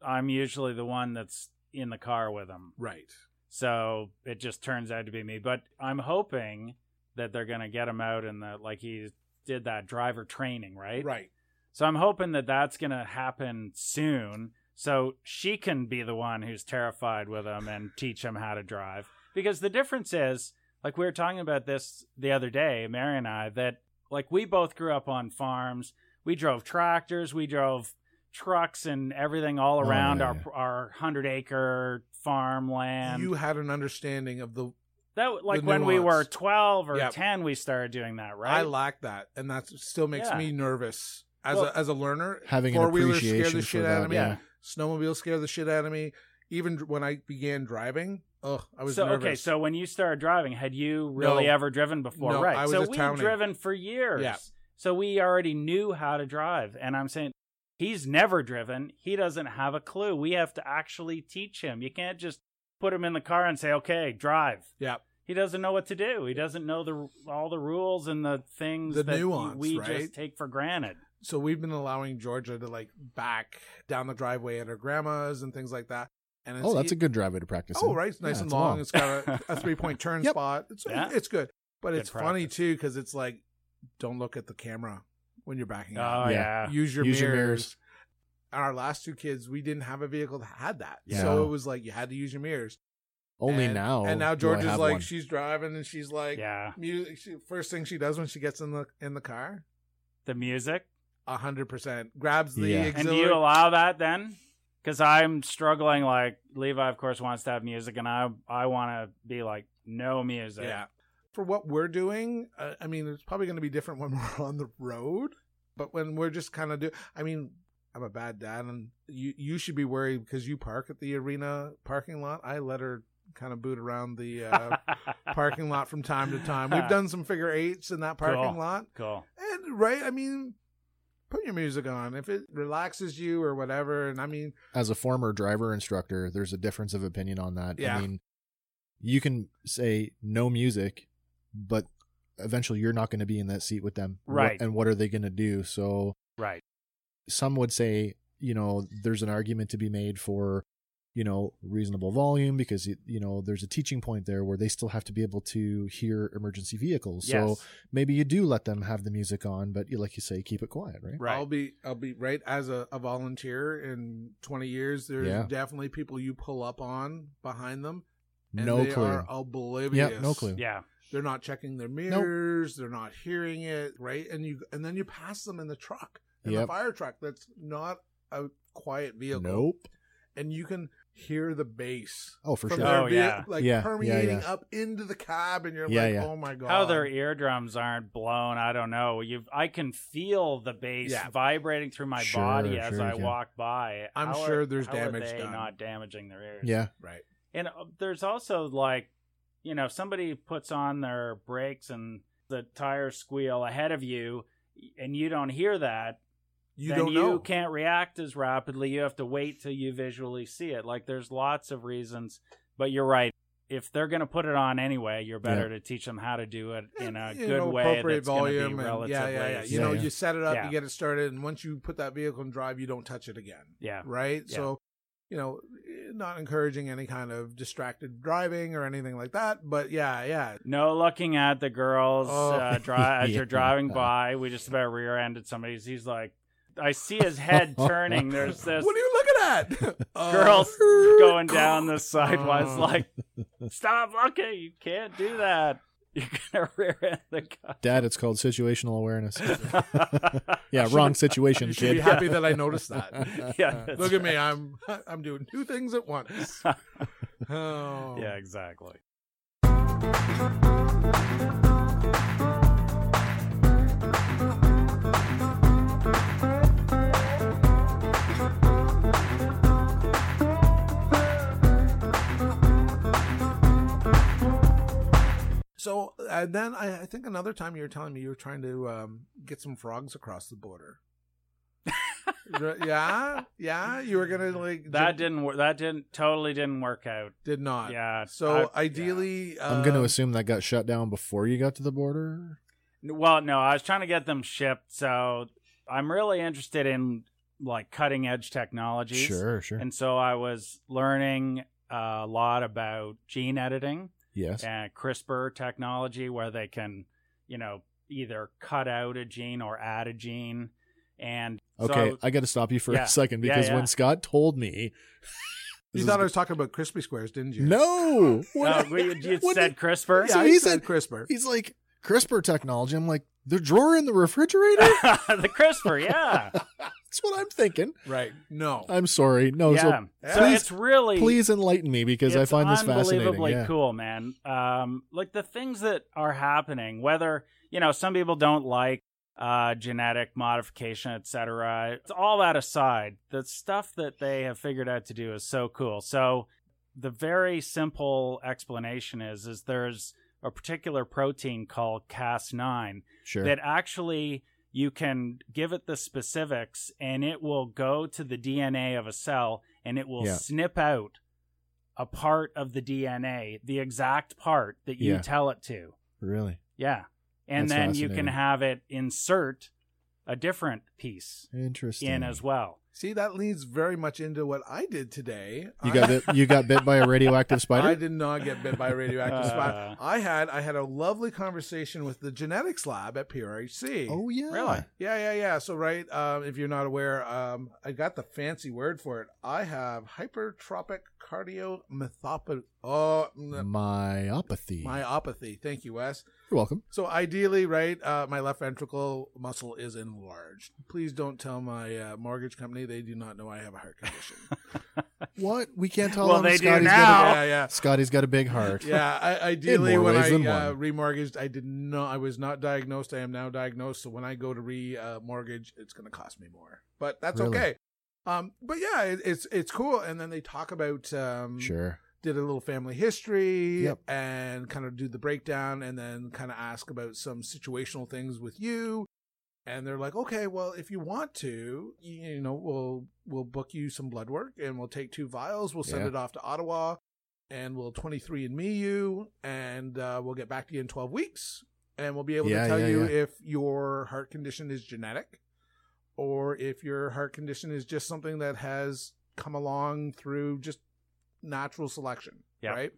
Speaker 3: I'm usually the one that's in the car with him,
Speaker 2: Right.
Speaker 3: so it just turns out to be me. But I'm hoping that they're gonna get him out and that like he did that driver training, right?
Speaker 2: Right.
Speaker 3: So I'm hoping that that's gonna happen soon, so she can be the one who's terrified with him and teach him how to drive. Because the difference is, like we were talking about this the other day, Mary and I, that like we both grew up on farms. We drove tractors, we drove trucks, and everything all
Speaker 1: Oh,
Speaker 3: around
Speaker 1: yeah,
Speaker 3: our our hundred acre farmland.
Speaker 2: you had an understanding of the.
Speaker 3: that like
Speaker 2: the
Speaker 3: when we were
Speaker 2: nuance.
Speaker 3: twelve or
Speaker 2: Yep.
Speaker 3: ten, we started doing that,
Speaker 2: I
Speaker 3: right?
Speaker 2: lack that, and that still makes
Speaker 3: Yeah.
Speaker 2: me nervous as
Speaker 3: Well-
Speaker 2: a as a learner.
Speaker 1: having an
Speaker 2: Four wheelers scare
Speaker 1: appreciation
Speaker 2: the
Speaker 1: for
Speaker 2: shit out
Speaker 1: that.
Speaker 2: of me.
Speaker 1: yeah.
Speaker 2: Snowmobiles scare the shit out of me. Even dr- when I began driving, ugh, I was
Speaker 3: so
Speaker 2: nervous.
Speaker 3: okay, so when you started driving, had you really
Speaker 2: No.
Speaker 3: ever driven before?
Speaker 2: No,
Speaker 3: right.
Speaker 2: I was
Speaker 3: so
Speaker 2: a
Speaker 3: we've
Speaker 2: townie.
Speaker 3: driven for years.
Speaker 2: Yeah.
Speaker 3: So we already knew how to drive. And I'm saying he's never driven. He doesn't have a clue. We have to actually teach him. You can't just put him in the car and say, "Okay, drive."
Speaker 2: Yeah.
Speaker 3: He doesn't know what to do. He doesn't know the all the rules and the things
Speaker 2: The
Speaker 3: that
Speaker 2: nuance,
Speaker 3: we
Speaker 2: right?
Speaker 3: just take for granted.
Speaker 2: so we've been allowing Georgia to like back down the driveway at her grandma's and things like that. And it's
Speaker 1: Oh, that's
Speaker 2: e-
Speaker 1: a good driveway to practice.
Speaker 2: Oh,
Speaker 1: in.
Speaker 2: right. It's nice
Speaker 1: Yeah,
Speaker 2: and
Speaker 1: it's
Speaker 2: long. It's got
Speaker 1: (laughs)
Speaker 2: a, a three point turn
Speaker 1: Yep.
Speaker 2: spot. It's,
Speaker 3: Yeah.
Speaker 2: it's good. But
Speaker 3: Good
Speaker 2: it's funny
Speaker 3: practice.
Speaker 2: too because it's like, don't look at the camera when you're backing
Speaker 3: Oh
Speaker 2: up.
Speaker 3: yeah.
Speaker 1: Yeah.
Speaker 2: Use your
Speaker 1: Use your
Speaker 2: mirrors.
Speaker 1: mirrors.
Speaker 2: And our last two kids, we didn't have a vehicle that had that.
Speaker 1: Yeah.
Speaker 2: So it was like you had to use your mirrors.
Speaker 1: Only
Speaker 2: And-
Speaker 1: now.
Speaker 2: And now
Speaker 1: do I
Speaker 2: George is
Speaker 1: have
Speaker 2: like
Speaker 1: one.
Speaker 2: she's driving and she's like
Speaker 3: yeah,
Speaker 2: music she, first thing she does when she gets in the in the car,
Speaker 3: the music.
Speaker 2: a hundred percent. Grabs the
Speaker 1: Yeah.
Speaker 3: And do you
Speaker 2: auxiliary.
Speaker 3: allow that then? Because I'm struggling. Like Levi, of course, wants to have music, and I I want to be like no music.
Speaker 2: Yeah. For what we're doing, uh, I mean, it's probably going to be different when (laughs) we're on the road, but when we're just kind of do, I mean, I'm a bad dad, and you you should be worried because you park at the arena parking lot. I let her kind of boot around the
Speaker 3: (laughs)
Speaker 2: uh, parking lot from time to time. We've done some figure eights in that parking
Speaker 3: Cool.
Speaker 2: lot.
Speaker 3: cool.
Speaker 2: And right, I mean, put your music on if it relaxes you or whatever. And I mean,
Speaker 1: as a former driver instructor, there's a difference of opinion on that.
Speaker 2: Yeah.
Speaker 1: I mean, you can say no music, but eventually you're not going to be in that seat with them. What-
Speaker 3: Right.
Speaker 1: and what are they going to do? So
Speaker 3: Right.
Speaker 1: some would say, you know, there's an argument to be made for, you know, reasonable volume because, you you know, there's a teaching point there where they still have to be able to hear emergency vehicles. So
Speaker 3: Yes.
Speaker 1: maybe you do let them have the music on, but you, like you say, keep it quiet, right?
Speaker 3: Right.
Speaker 2: I'll be I'll be right as a, a volunteer in 20 years. There's
Speaker 1: Yeah.
Speaker 2: definitely people you pull up on behind them, and
Speaker 1: No
Speaker 2: they
Speaker 1: clue.
Speaker 2: are oblivious.
Speaker 1: Yeah, no clue.
Speaker 3: yeah.
Speaker 2: They're not checking their mirrors. They're not hearing it right, and you and then you pass them in the truck, in the
Speaker 1: Yep.
Speaker 2: fire truck. That's not a quiet vehicle.
Speaker 1: Nope.
Speaker 2: and you can hear the bass
Speaker 1: Oh, for
Speaker 2: from
Speaker 1: sure.
Speaker 2: their
Speaker 3: Oh,
Speaker 2: ve-
Speaker 3: yeah.
Speaker 2: like
Speaker 1: Yeah, yeah,
Speaker 2: permeating
Speaker 1: yeah.
Speaker 2: up into the cab, and you're
Speaker 1: Yeah,
Speaker 2: like,
Speaker 1: yeah.
Speaker 2: oh my god,
Speaker 3: How their eardrums aren't blown, I don't know. You, I can feel the bass
Speaker 2: Yeah.
Speaker 3: vibrating through my
Speaker 1: Sure,
Speaker 3: body
Speaker 1: sure
Speaker 3: as
Speaker 1: you
Speaker 3: I
Speaker 1: can.
Speaker 3: walk by.
Speaker 2: I'm
Speaker 3: How are-
Speaker 2: sure there's
Speaker 3: how
Speaker 2: damage
Speaker 3: Are they
Speaker 2: done.
Speaker 3: not damaging their ears.
Speaker 1: Yeah.
Speaker 2: right?
Speaker 3: And uh, there's also like, you know, if somebody puts on their brakes and the tires squeal ahead of you, and you don't hear that,
Speaker 2: You
Speaker 3: then
Speaker 2: don't
Speaker 3: you
Speaker 2: know.
Speaker 3: can't react as rapidly. You have to wait till you visually see it. Like there's lots of reasons, but you're right. If they're going to put it on anyway, you're better to teach them how to do it in a
Speaker 2: And,
Speaker 3: good way that's going to be
Speaker 2: and-
Speaker 3: relatively.
Speaker 2: yeah, yeah, yeah. You
Speaker 1: Yeah,
Speaker 2: know,
Speaker 1: yeah.
Speaker 2: you set it up,
Speaker 3: Yeah.
Speaker 2: you get it started, and once you put that vehicle in drive, you don't touch it again,
Speaker 3: yeah.
Speaker 2: right?
Speaker 3: Yeah.
Speaker 2: So, you know, eh, not encouraging any kind of distracted driving or anything like that. But yeah, yeah,
Speaker 3: No looking at the girls
Speaker 2: Oh. (laughs)
Speaker 3: uh, dri- as
Speaker 1: Yeah.
Speaker 3: you're driving by. We just about rear-ended somebody. He's like, I see his
Speaker 2: (laughs)
Speaker 3: head turning. There's this
Speaker 2: what are you looking
Speaker 3: (laughs)
Speaker 2: at? Uh, (laughs)
Speaker 3: girls going down the sidewalk.
Speaker 2: Uh.
Speaker 3: It's
Speaker 2: (laughs)
Speaker 3: like, stop looking. You can't do that. (laughs) You're gonna rear-end the
Speaker 2: (laughs)
Speaker 1: Dad, it's called situational
Speaker 3: (laughs)
Speaker 1: awareness.
Speaker 3: car.
Speaker 1: Yeah, wrong situation,
Speaker 2: You
Speaker 1: kid.
Speaker 2: should be happy that I noticed that.
Speaker 1: (laughs)
Speaker 3: yeah. (laughs) that's
Speaker 2: Look at me,
Speaker 3: right.
Speaker 2: I'm I'm doing two things at
Speaker 3: (laughs)
Speaker 2: once. Oh.
Speaker 3: yeah, exactly.
Speaker 2: So and then I, I think another time you were telling me you were trying to um, get some frogs across the
Speaker 3: (laughs)
Speaker 2: border. R- yeah, yeah, you were gonna like
Speaker 3: That
Speaker 2: j-
Speaker 3: didn't work. That didn't totally didn't work out.
Speaker 2: did not.
Speaker 3: Yeah.
Speaker 2: So
Speaker 3: I-
Speaker 2: ideally,
Speaker 1: I'm
Speaker 3: Uh,
Speaker 1: going to
Speaker 2: um,
Speaker 1: assume that got shut down before you got to the border.
Speaker 3: Well, no, I was trying to get them shipped. So I'm really interested in like cutting edge technologies.
Speaker 1: Sure, sure.
Speaker 3: And so I was learning a lot about gene editing
Speaker 1: yes.
Speaker 3: and CRISPR technology, where they can, you know, either cut out a gene or add a gene. And so
Speaker 1: okay,
Speaker 3: I-
Speaker 1: I got to stop you for
Speaker 3: Yeah,
Speaker 1: a second
Speaker 3: yeah,
Speaker 1: because
Speaker 3: yeah.
Speaker 1: when Scott told me, (laughs)
Speaker 2: you
Speaker 1: This
Speaker 2: thought
Speaker 1: is-
Speaker 2: I was talking about crispy squares, didn't you?
Speaker 1: no,
Speaker 3: no,
Speaker 1: what,
Speaker 3: we- Oh, you, you
Speaker 1: what
Speaker 3: said
Speaker 1: did-
Speaker 3: CRISPR.
Speaker 2: Yeah,
Speaker 1: So
Speaker 2: I
Speaker 1: he
Speaker 2: said
Speaker 1: said-
Speaker 2: CRISPR.
Speaker 1: he's like CRISPR technology. I'm like the drawer in the
Speaker 3: (laughs)
Speaker 1: refrigerator.
Speaker 3: (laughs) the CRISPR, yeah.
Speaker 1: That's what I'm thinking.
Speaker 2: Right? No.
Speaker 1: I'm sorry. No,
Speaker 3: yeah.
Speaker 1: Oh, so
Speaker 3: so
Speaker 1: please-
Speaker 3: it's really
Speaker 1: please enlighten me because I
Speaker 3: it's
Speaker 1: find this fascinating.
Speaker 3: unbelievably
Speaker 1: Yeah.
Speaker 3: cool, man. Um, like the things that are happening, whether you know some people don't like uh, genetic modification, etc. It's all that aside. The stuff that they have figured out to do is so cool. So the very simple explanation is is there's a particular protein called Cas9
Speaker 1: Sure.
Speaker 3: that actually you can give it the specifics and it will go to the DNA of a cell and it will
Speaker 1: Yeah.
Speaker 3: snip out a part of the DNA, the exact part that you
Speaker 1: Yeah.
Speaker 3: tell it to.
Speaker 1: really
Speaker 3: Yeah. And
Speaker 1: That's
Speaker 3: then you can
Speaker 1: fascinating.
Speaker 3: have it insert a different piece
Speaker 1: interesting.
Speaker 3: in as well.
Speaker 2: See, that leads very much into what I did today.
Speaker 1: You
Speaker 2: I-
Speaker 1: got bit, you got bit by a radioactive
Speaker 3: (laughs)
Speaker 1: spider.
Speaker 2: I did not get bit by a radioactive
Speaker 3: Uh.
Speaker 2: spider. I had I had a lovely conversation with the genetics lab at PRHC.
Speaker 1: Oh yeah.
Speaker 3: Really?
Speaker 2: Yeah, yeah, yeah. So, right, um, if you're not aware, um, I got the fancy word for it. I have hypertropic cardiomyopathy. Oh,
Speaker 1: Mm.
Speaker 2: n-
Speaker 1: Myopathy.
Speaker 2: myopathy. Thank you, Wes.
Speaker 1: You're welcome.
Speaker 2: So ideally, right, uh, my left ventricle muscle is enlarged. Please don't tell my uh, mortgage company; they do not know I have a heart condition.
Speaker 1: What? We can't tell
Speaker 3: Well,
Speaker 1: him
Speaker 3: they do
Speaker 1: Scotty's
Speaker 3: now.
Speaker 1: Got
Speaker 2: yeah, yeah.
Speaker 1: a, (laughs) Scotty's got a big heart.
Speaker 2: Yeah, I, ideally,
Speaker 1: more
Speaker 2: when I
Speaker 1: ways than
Speaker 2: uh,
Speaker 1: one.
Speaker 2: remortgaged, I did not. I was not diagnosed. I am now diagnosed. So when I go to re-mortgage, uh, mortgage, it's going to cost me more. But that's
Speaker 1: Really?
Speaker 2: okay. Um, but yeah, it, it's it's cool. And then they talk about um,
Speaker 1: (laughs) Sure.
Speaker 2: did a little family history
Speaker 1: Yep.
Speaker 2: and kind of do the breakdown and then kind of ask about some situational things with you and they're like okay well if you want to you you know we'll we'll book you some blood work and we'll take two vials we'll send
Speaker 1: Yeah.
Speaker 2: it off to ottawa and we'll 23 and me you and uh, we'll get back to you in 12 weeks and we'll be able
Speaker 1: Yeah,
Speaker 2: to tell
Speaker 1: yeah,
Speaker 2: you
Speaker 1: yeah.
Speaker 2: if your heart condition is genetic or if your heart condition is just something that has come along through just natural selection,
Speaker 3: Yeah.
Speaker 2: right?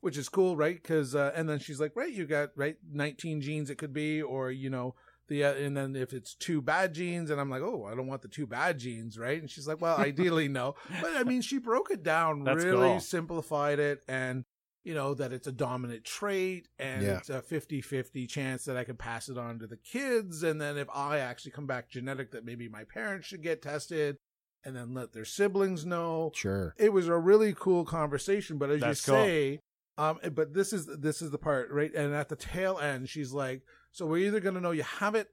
Speaker 2: Which is cool, right? Because uh, and then she's like, right, you got right 19 genes it could be, or you know the uh, and then if it's two bad genes, and I'm like, oh, I don't want the two bad genes, right? And she's like, well, ideally
Speaker 3: (laughs)
Speaker 2: no, but I mean, she broke it down,
Speaker 3: That's
Speaker 2: really
Speaker 3: cool.
Speaker 2: simplified it, and you know that it's a dominant trait and
Speaker 1: Yeah.
Speaker 2: it's a 50-50 chance that i could pass it on to the kids and then if i actually come back genetic that maybe my parents should get tested and then let their siblings know
Speaker 1: Sure.
Speaker 2: it was a really cool conversation but as
Speaker 3: That's
Speaker 2: you
Speaker 3: cool.
Speaker 2: say um but this is this is the part right and at the tail end she's like so we're either going to know you have it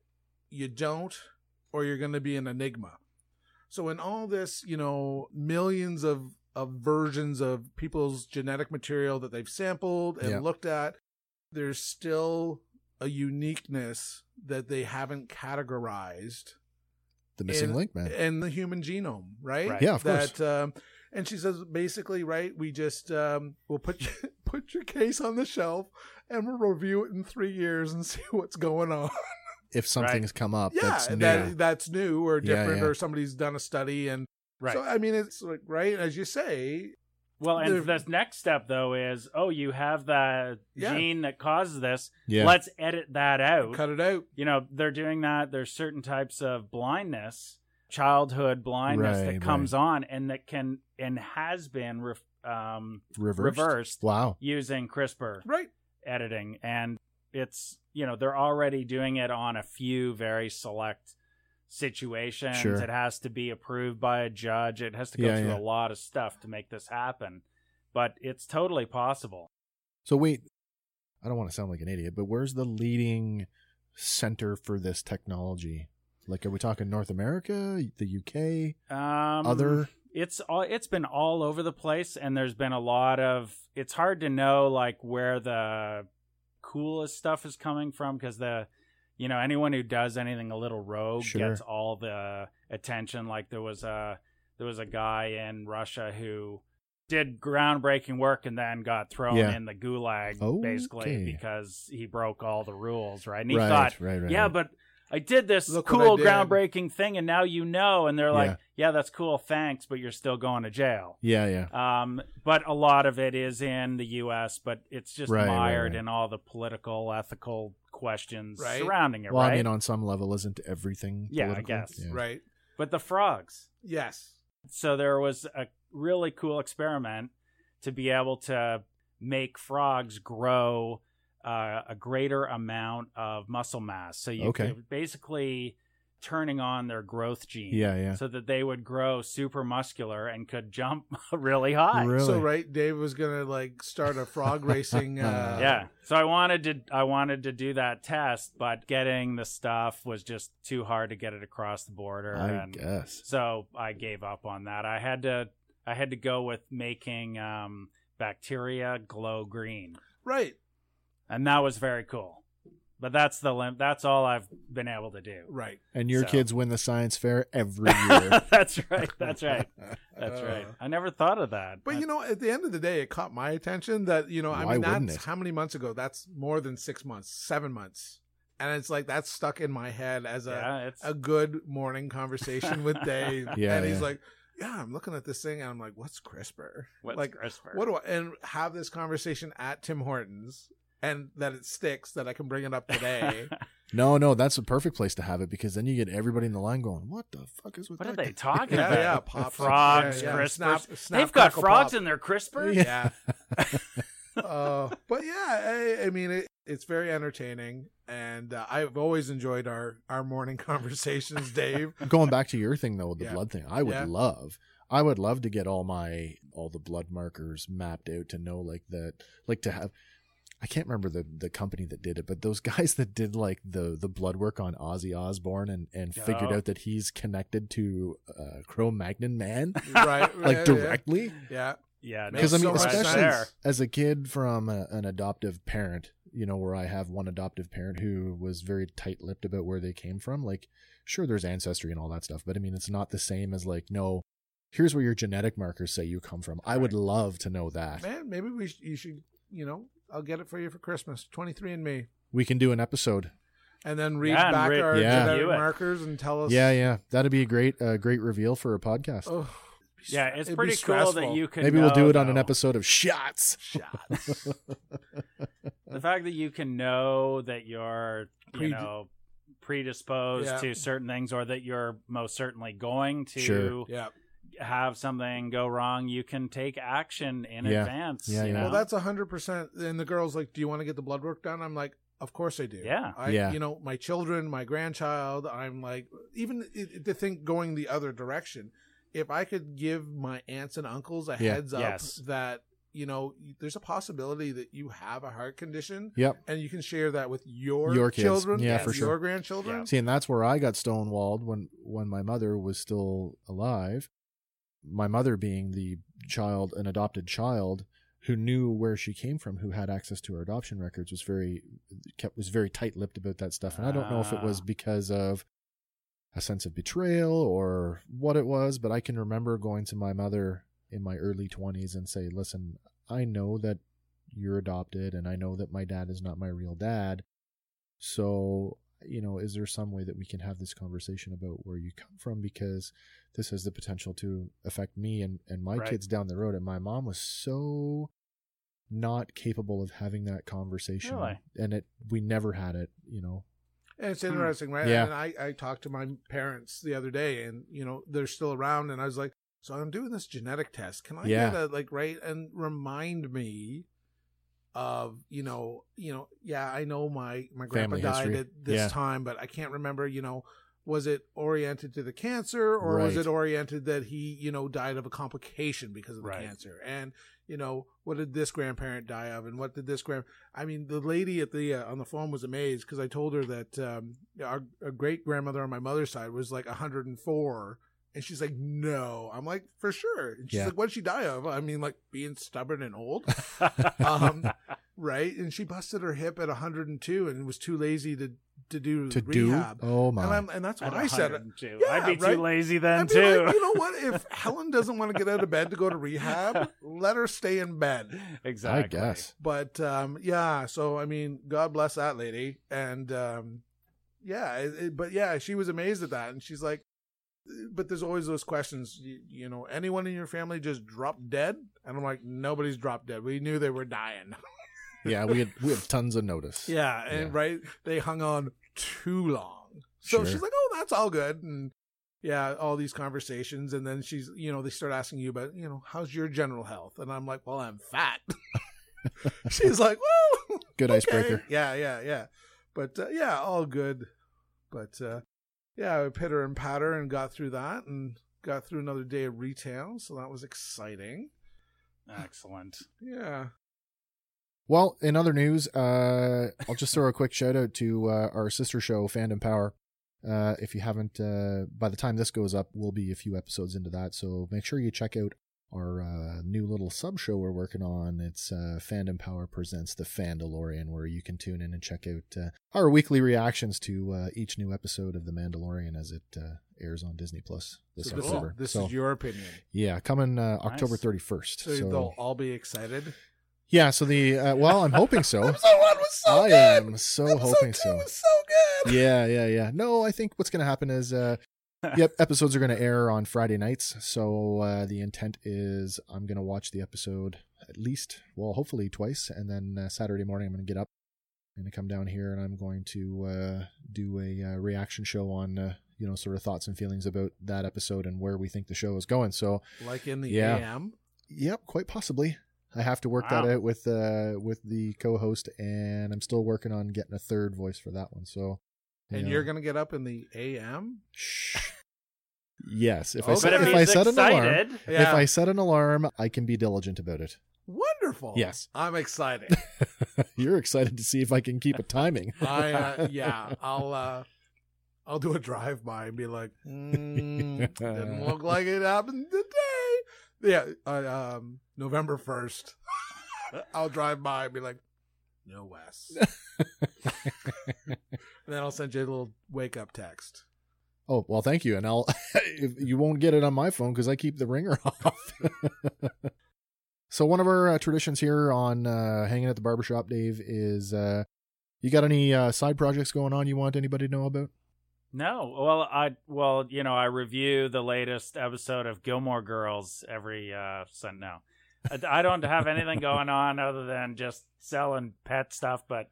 Speaker 2: you don't or you're going to be an enigma so in all this you know millions of of versions of people's genetic material that they've sampled and
Speaker 1: Yeah.
Speaker 2: looked at there's still a uniqueness that they haven't categorized
Speaker 1: The missing
Speaker 2: And-
Speaker 1: link, man.
Speaker 2: and the human genome, right?
Speaker 3: Right.
Speaker 1: Yeah, of course.
Speaker 2: that, um, and she says basically, right? We just um, we'll put your, (laughs) put your case on the shelf, and we'll review it in three years and (laughs) see what's going on.
Speaker 1: if something's come up,
Speaker 2: yeah,
Speaker 1: that's new.
Speaker 2: that that's new or
Speaker 1: Yeah,
Speaker 2: different,
Speaker 1: yeah.
Speaker 2: or somebody's done a study, and
Speaker 3: Right.
Speaker 2: so I mean, it's like right as you say,
Speaker 3: well, and
Speaker 2: they're-
Speaker 3: this next step though is, oh, you have the
Speaker 2: Yeah.
Speaker 3: gene that causes this.
Speaker 1: yeah.
Speaker 3: Let's edit that out.
Speaker 2: cut it out.
Speaker 3: you know they're doing that there's certain types of blindness childhood blindness
Speaker 1: Right,
Speaker 3: that comes on and that can and has been re- um,
Speaker 1: reversed.
Speaker 3: reversed
Speaker 1: Wow.
Speaker 3: using crispr
Speaker 2: Right.
Speaker 3: editing and it's you know they're already doing it on a few very select situations
Speaker 1: Sure.
Speaker 3: it has to be approved by a judge it has to go
Speaker 1: Yeah,
Speaker 3: through
Speaker 1: yeah.
Speaker 3: a lot of stuff to make this happen but it's totally possible
Speaker 1: So wait, I don't want to sound like an idiot, but where's the leading center for this technology? Like, are we talking North America, the UK,
Speaker 3: um
Speaker 1: other?
Speaker 3: it's all it's been all over the place and there's been a lot of it's hard to know like where the coolest stuff is coming from because the you know anyone who does anything a little rogue
Speaker 1: Sure.
Speaker 3: gets all the attention like there was a there was a guy in russia who did groundbreaking work and then got thrown
Speaker 1: Yeah.
Speaker 3: in the gulag
Speaker 1: Okay.
Speaker 3: basically because he broke all the rules right and he
Speaker 1: right,
Speaker 3: thought
Speaker 1: right, right.
Speaker 3: yeah,
Speaker 1: right.
Speaker 3: but I did this
Speaker 2: Look what I
Speaker 3: cool
Speaker 2: did.
Speaker 3: groundbreaking thing, and now you know. And they're like,
Speaker 1: Yeah.
Speaker 3: yeah. that's cool, thanks, but you're still going to jail.
Speaker 1: yeah, yeah.
Speaker 3: Um, but a lot of it is in the U.S., but it's just
Speaker 1: Right, right,
Speaker 3: mired
Speaker 1: right.
Speaker 3: in all the political, ethical questions
Speaker 2: Right.
Speaker 3: surrounding it,
Speaker 1: Well,
Speaker 3: right?
Speaker 1: I mean, on some level, isn't everything
Speaker 3: Yeah, I
Speaker 1: political?
Speaker 3: guess.
Speaker 1: Yeah.
Speaker 2: Right.
Speaker 3: but the frogs.
Speaker 2: Yes.
Speaker 3: So there was a really cool experiment to be able to make frogs grow uh, a greater amount of muscle mass. So you
Speaker 1: Okay.
Speaker 3: could basically turning on their growth gene.
Speaker 1: Yeah, yeah.
Speaker 3: So that they would grow super muscular and could jump (laughs) really high.
Speaker 1: Really?
Speaker 2: So right, Dave was gonna like start a
Speaker 1: (laughs)
Speaker 2: frog racing. Uh,
Speaker 3: Yeah. So I wanted to I wanted to do that test, but getting the stuff was just too hard to get it across the border.
Speaker 1: I
Speaker 3: and
Speaker 1: guess.
Speaker 3: So I gave up on that. I had to I had to go with making um, bacteria glow green,
Speaker 2: Right.
Speaker 3: and that was very cool. But that's the lim- that's all I've been able to do.
Speaker 2: Right.
Speaker 1: And your
Speaker 3: So.
Speaker 1: kids win the science fair
Speaker 3: (laughs)
Speaker 1: every year.
Speaker 3: that's right. That's right.
Speaker 2: (laughs)
Speaker 3: That's
Speaker 2: Uh,
Speaker 3: right. I never thought of that.
Speaker 2: But you know, at the end of the day, it caught my attention that you know, I
Speaker 1: Why
Speaker 2: mean,
Speaker 1: wouldn't
Speaker 2: that's
Speaker 1: it?
Speaker 2: how many months ago? That's more than six months, seven months, and it's like that's stuck in my head as a
Speaker 3: yeah, it's
Speaker 2: a good morning conversation
Speaker 3: (laughs)
Speaker 2: with Dave.
Speaker 1: Yeah,
Speaker 2: and
Speaker 1: yeah.
Speaker 2: he's like, "Yeah, I'm looking at this thing, and I'm like, what's CRISPR?
Speaker 3: what's
Speaker 2: like,
Speaker 3: CRISPR?
Speaker 2: What do I?" And have
Speaker 3: (laughs)
Speaker 2: this conversation at Tim Hortons, and that it sticks that I can bring it up today.
Speaker 1: (laughs) No, no, that's a perfect place to have it because then you get everybody in the line going, "What the fuck is with
Speaker 3: What are
Speaker 1: that?"
Speaker 3: they
Speaker 1: guy?"
Speaker 3: talking
Speaker 2: Yeah,
Speaker 3: about?
Speaker 2: yeah, pops.
Speaker 3: Frogs,
Speaker 2: Yeah, yeah,
Speaker 3: crispers.
Speaker 2: snap- snap,
Speaker 3: They've got
Speaker 2: crackle,
Speaker 3: frogs
Speaker 2: pop.
Speaker 3: in their crisper.
Speaker 2: yeah. (laughs) uh, but yeah, I, I mean, it, it's very entertaining, and uh, I've always enjoyed our our morning (laughs) conversations,
Speaker 3: (laughs)
Speaker 2: Dave.
Speaker 1: Going back to your thing though, the
Speaker 2: Yeah.
Speaker 1: blood thing, I would
Speaker 2: Yeah.
Speaker 1: love, I would love to get all my all the blood markers mapped out to know like that, like to have. I can't remember the the company that did it, but those (laughs) guys that did like the the blood work on Ozzy Osbourne and and figured
Speaker 3: Oh.
Speaker 1: out that he's connected to uh, Cro-Magnon
Speaker 2: (laughs)
Speaker 1: Man
Speaker 2: right,
Speaker 1: like
Speaker 2: right,
Speaker 1: directly.
Speaker 2: Yeah,
Speaker 3: yeah.
Speaker 1: Because I
Speaker 2: Makes
Speaker 1: mean,
Speaker 2: so much
Speaker 1: especially
Speaker 2: sense.
Speaker 1: as a kid from a, an adoptive parent, you know, where I have one adoptive parent who was very tight-lipped about where they came from. Like, sure, there's ancestry and all that stuff, but I mean, it's not the same as like, no, here's where your genetic markers say you come from. I would love to know
Speaker 2: yeah.
Speaker 1: that.
Speaker 2: man. Maybe we sh- you should you know I'll get it for you for Christmas, twenty three and me,
Speaker 1: We can do an episode.
Speaker 2: and then read
Speaker 3: Yeah, and
Speaker 2: back
Speaker 3: re-
Speaker 2: our
Speaker 1: Yeah.
Speaker 2: genetic
Speaker 3: review it.
Speaker 2: markers and tell us.
Speaker 1: Yeah, yeah, that'd be a great, uh, great reveal for a podcast.
Speaker 2: Oh,
Speaker 3: Yeah,
Speaker 2: it'd
Speaker 3: it's
Speaker 2: be
Speaker 3: pretty cool that
Speaker 2: stressful. (laughs)
Speaker 3: you can.
Speaker 1: Maybe we'll do
Speaker 3: know,
Speaker 1: it on an
Speaker 3: though.
Speaker 1: episode of shots.
Speaker 3: (laughs)
Speaker 2: Shots.
Speaker 3: The fact that you can know that you're, you
Speaker 2: Predi-
Speaker 3: know, predisposed
Speaker 2: Yeah.
Speaker 3: to certain things, or that you're most certainly going to
Speaker 1: Sure.
Speaker 2: yeah.
Speaker 3: have something go wrong, you can take action in
Speaker 1: Yeah.
Speaker 3: advance.
Speaker 1: Yeah,
Speaker 3: you
Speaker 1: yeah.
Speaker 2: Well,
Speaker 3: know? (laughs)
Speaker 2: that's hundred percent. And the girls like, do you want to get the blood work done? I'm like, of course I do.
Speaker 3: Yeah.
Speaker 2: I,
Speaker 1: Yeah.
Speaker 2: You know, my children, my grandchild. I'm like, even it, it- the thing going the other direction. If I could give my aunts and uncles a
Speaker 1: Yeah.
Speaker 2: heads up
Speaker 3: Yes.
Speaker 2: that you know there's a possibility that you have a heart condition,
Speaker 1: Yep.
Speaker 2: and you can share that with your
Speaker 1: Your kids.
Speaker 2: children,
Speaker 1: Yeah,
Speaker 2: with
Speaker 1: for sure.
Speaker 2: your grandchildren.
Speaker 1: See, and that's where I got stonewalled when when my mother was still alive. My mother being the child, an adopted child who knew where she came from, who had access to her adoption records, was very kept was very tight lipped about that stuff. And I don't know if it was
Speaker 3: Ah.
Speaker 1: because of a sense of betrayal or what it was, but I can remember going to my mother in my early twenties and say, "Listen, I know that you're adopted, and I know that my dad is not my real dad, so." You know, is there some way that we can have this conversation about where you come from? Because this has the potential to affect me and, and my
Speaker 3: Right.
Speaker 1: kids down the road. And my mom was so not capable of having that conversation
Speaker 3: Really?
Speaker 1: and it we never had it you know
Speaker 2: And it's
Speaker 3: Hmm.
Speaker 2: interesting, right?
Speaker 1: Yeah.
Speaker 2: And I, I talked to my parents the other day and, you know, they're still around. And I was like, so I'm doing this genetic test. Can I
Speaker 1: Yeah.
Speaker 2: get a, like, right? And remind me of, you know, you know, yeah, I know my, my grandpa
Speaker 1: Family
Speaker 2: died
Speaker 1: history.
Speaker 2: at this
Speaker 1: Yeah.
Speaker 2: time, but I can't remember, you know, was it oriented to the cancer or was
Speaker 1: Right.
Speaker 2: it oriented that he, you know, died of a complication because of the
Speaker 3: Right.
Speaker 2: cancer? And, you know, what did this grandparent die of? And what did this grand, I mean, the lady at the uh, on the phone was amazed because I told her that um, our, our great grandmother on my mother's side was like 104, and she's like, "No." I'm like, "For sure." And she's
Speaker 1: Yeah.
Speaker 2: like, "What would she die of?" I mean, like being stubborn and
Speaker 1: (laughs)
Speaker 2: old, um, right? And she busted her hip at 102 and was too lazy to to do
Speaker 1: to
Speaker 2: rehab.
Speaker 1: do oh my
Speaker 2: and I'm and that's
Speaker 3: At
Speaker 2: what I said.
Speaker 3: 102.
Speaker 2: Yeah,
Speaker 3: I'd be
Speaker 2: right?
Speaker 3: too lazy then
Speaker 2: I'd be
Speaker 3: too.
Speaker 2: like, you know what? If Helen doesn't want to get out of bed to go to rehab, let her stay in bed.
Speaker 1: i
Speaker 3: (laughs) exactly.
Speaker 1: guess
Speaker 2: but um yeah so i mean god bless that lady and um yeah it, it- but yeah she was amazed at that and she's like but there's always those questions you, you know anyone in your family just dropped dead and i'm like nobody's dropped dead we knew they were dying (laughs)
Speaker 1: yeah we had we have tons of notice
Speaker 2: yeah
Speaker 1: Yeah.
Speaker 2: and right they hung on too long so
Speaker 1: Sure.
Speaker 2: she's like oh that's all good and yeah all these conversations and then she's you know they start asking you about you know how's your general health and i'm like well i'm fat (laughs) she's like well
Speaker 1: good icebreaker
Speaker 2: Okay. Yeah, yeah, yeah. But uh, yeah, all good. But uh, yeah, I pitter and patter and got through that and got through another day of retail, so that was exciting.
Speaker 3: Excellent.
Speaker 2: Yeah.
Speaker 1: well in other news uh i'll just throw a quick shout out to uh, our sister show fandom power uh if you haven't uh by the time this goes up we'll be a few episodes into that so make sure you check out our uh, new little sub show we're working on it's uh, fandom power presents the fandalorian where you can tune in and check out uh, our weekly reactions to uh, each new episode of the mandalorian as it uh, airs on disney plus this
Speaker 2: so this, is,
Speaker 1: october
Speaker 2: this
Speaker 1: so
Speaker 2: is your opinion.
Speaker 1: yeah coming uh, october
Speaker 3: Nice.
Speaker 1: 31st
Speaker 2: So,
Speaker 1: so,
Speaker 2: they'll all be excited.
Speaker 1: yeah so the uh, well i'm hoping so
Speaker 2: Episode one was so
Speaker 1: i
Speaker 2: good.
Speaker 1: am so
Speaker 2: Episode
Speaker 1: hoping
Speaker 2: two
Speaker 1: so
Speaker 2: was so
Speaker 1: (laughs)
Speaker 2: good.
Speaker 1: yeah, yeah, yeah. No, I think what's going to happen is,
Speaker 2: (laughs)
Speaker 1: uh, yep, episodes are going to air on Friday nights. So uh, the intent is I'm going to watch the episode at least, well, hopefully twice, and then uh, Saturday morning I'm going to get up I'm going to come down here and I'm going to uh, do a uh, reaction show on, uh, you know, sort of thoughts and feelings about that episode and where we think the show is going. So,
Speaker 2: Like in the
Speaker 1: Yeah.
Speaker 2: AM.
Speaker 1: yep, quite possibly. I have to work that
Speaker 3: Wow.
Speaker 1: out with uh, with the co-host, and I'm still working on getting a third voice for that one. So,
Speaker 2: And
Speaker 1: yeah.
Speaker 2: you're going to get up in the AM?
Speaker 1: Shh. Yes, if I
Speaker 2: Okay.
Speaker 1: set,
Speaker 2: But
Speaker 1: if
Speaker 2: if
Speaker 1: I
Speaker 3: he's
Speaker 1: set an alarm,
Speaker 3: excited,
Speaker 1: if I set an alarm, I can be diligent about it. (laughs)
Speaker 2: Wonderful.
Speaker 1: Yes.
Speaker 2: I'm excited.
Speaker 1: You're excited to see if I can keep a timing. (laughs)
Speaker 2: I uh, yeah, I'll uh I'll do a drive by and be like,
Speaker 1: (laughs)
Speaker 2: mm, didn't look like it happened today. Yeah, uh, um, November first, (laughs) I'll drive by and be like, no Wes. and then I'll send you a little wake up text.
Speaker 1: Oh well, thank you, and I'll. (laughs) if you won't get it on my phone because I keep the ringer (laughs) off. so one of our uh, traditions here on uh, hanging at the barbershop, Dave, is uh, you got any uh, side projects going on you want anybody to know about?
Speaker 3: No, well, I well, you know, I review the latest episode of Gilmore Girls every uh Sun. No, I, I don't have anything going on other than just selling pet stuff, but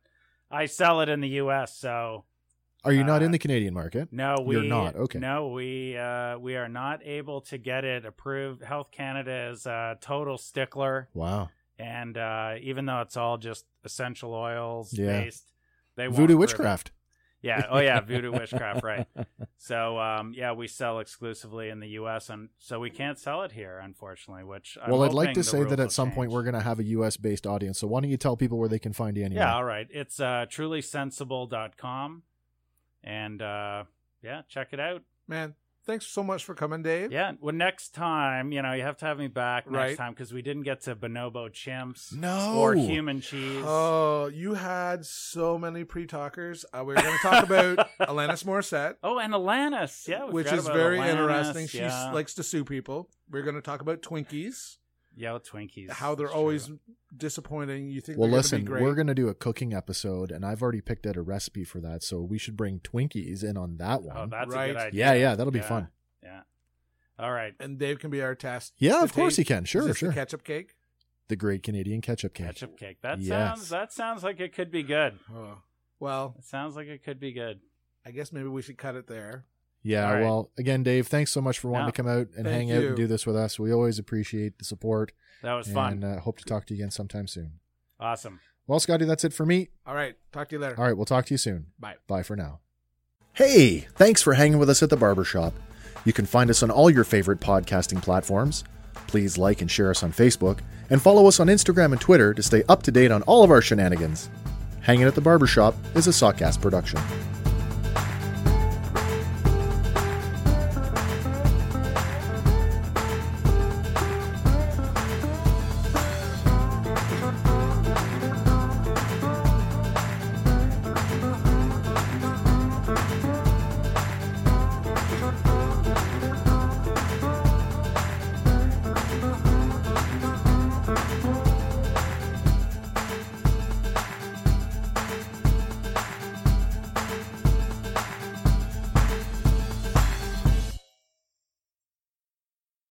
Speaker 3: I sell it in the U.S. So
Speaker 1: Are you not
Speaker 3: Uh,
Speaker 1: in the Canadian market?
Speaker 3: no, we
Speaker 1: You're not, okay.
Speaker 3: No, we uh we are not able to get it approved. Health Canada is a total stickler,
Speaker 1: Wow,
Speaker 3: and uh even though it's all just essential oils
Speaker 1: Yeah.
Speaker 3: based, they won't
Speaker 1: voodoo
Speaker 3: approve it.
Speaker 1: witchcraft.
Speaker 3: Yeah. Oh, yeah. Voodoo witchcraft. Right. So, um, yeah, we sell exclusively in the U.S. and so we can't sell it here, unfortunately. Which I'm
Speaker 1: well, I'd like
Speaker 3: hoping
Speaker 1: to
Speaker 3: the
Speaker 1: say
Speaker 3: rules
Speaker 1: that
Speaker 3: will
Speaker 1: at some point
Speaker 3: change.
Speaker 1: we're going to have a U.S. based audience. So why don't you tell people where they can find you anyway?
Speaker 3: Yeah. All right. It's uh, trulysensible.com, and uh, yeah, check it out.
Speaker 2: Man, thanks so much for coming, Dave.
Speaker 3: Yeah. Well, next time, you know, you have to have me back next
Speaker 2: Right.
Speaker 3: time because we didn't get to bonobo chimps
Speaker 1: No.
Speaker 3: or human cheese.
Speaker 2: Oh, you had so many pre-talkers. Uh, we were going to talk about Alanis Morissette.
Speaker 3: Oh, and Alanis. Yeah. we
Speaker 2: which
Speaker 3: forgot
Speaker 2: is
Speaker 3: about
Speaker 2: very
Speaker 3: Alanis,
Speaker 2: interesting. She
Speaker 3: Yeah.
Speaker 2: likes to sue people. We're going to talk about Twinkies,
Speaker 3: yeah, with Twinkies.
Speaker 2: how they're
Speaker 3: That's true.
Speaker 2: always disappointing. You think
Speaker 1: Well,
Speaker 2: they're
Speaker 1: listen,
Speaker 2: gonna be
Speaker 1: we're
Speaker 2: great.
Speaker 1: going to do a cooking episode, and I've already picked out a recipe for that. So we should bring Twinkies in on that one.
Speaker 3: Oh, that's a
Speaker 2: Right.
Speaker 3: good idea.
Speaker 1: yeah, yeah, that'll be
Speaker 3: Yeah.
Speaker 1: fun.
Speaker 3: Yeah. All right.
Speaker 2: and Dave can be our test.
Speaker 1: Yeah,
Speaker 2: to
Speaker 1: of course he
Speaker 2: taste.
Speaker 1: can.
Speaker 2: Is
Speaker 1: Sure,
Speaker 2: this
Speaker 1: sure.
Speaker 2: The
Speaker 1: The,
Speaker 2: ketchup cake.
Speaker 1: Great Canadian Ketchup Cake.
Speaker 3: Ketchup cake. That
Speaker 1: Yes.
Speaker 3: sounds that sounds like it could be good.
Speaker 2: Oh. Well,
Speaker 3: It sounds like it could be good.
Speaker 2: I guess maybe we should cut it there.
Speaker 1: Yeah,
Speaker 3: All right.
Speaker 1: well, again, Dave, thanks so much for wanting
Speaker 3: Yeah.
Speaker 1: to come out and
Speaker 2: Thank
Speaker 1: hang out
Speaker 2: you.
Speaker 1: and do this with us. We always appreciate the support.
Speaker 3: That was
Speaker 1: And
Speaker 3: fun.
Speaker 1: uh, hope to talk to you again sometime soon.
Speaker 3: awesome.
Speaker 1: Well, Scotty, that's it for me.
Speaker 2: All right, talk to you later.
Speaker 1: All right, we'll talk to you soon.
Speaker 2: Bye.
Speaker 1: Bye for now. Hey, thanks for hanging with us at the barbershop. You can find us on all your favorite podcasting platforms. Please like and share us on Facebook, and follow us on Instagram and Twitter to stay up to date on all of our shenanigans. Hanging at the Barbershop is a Sawcast production.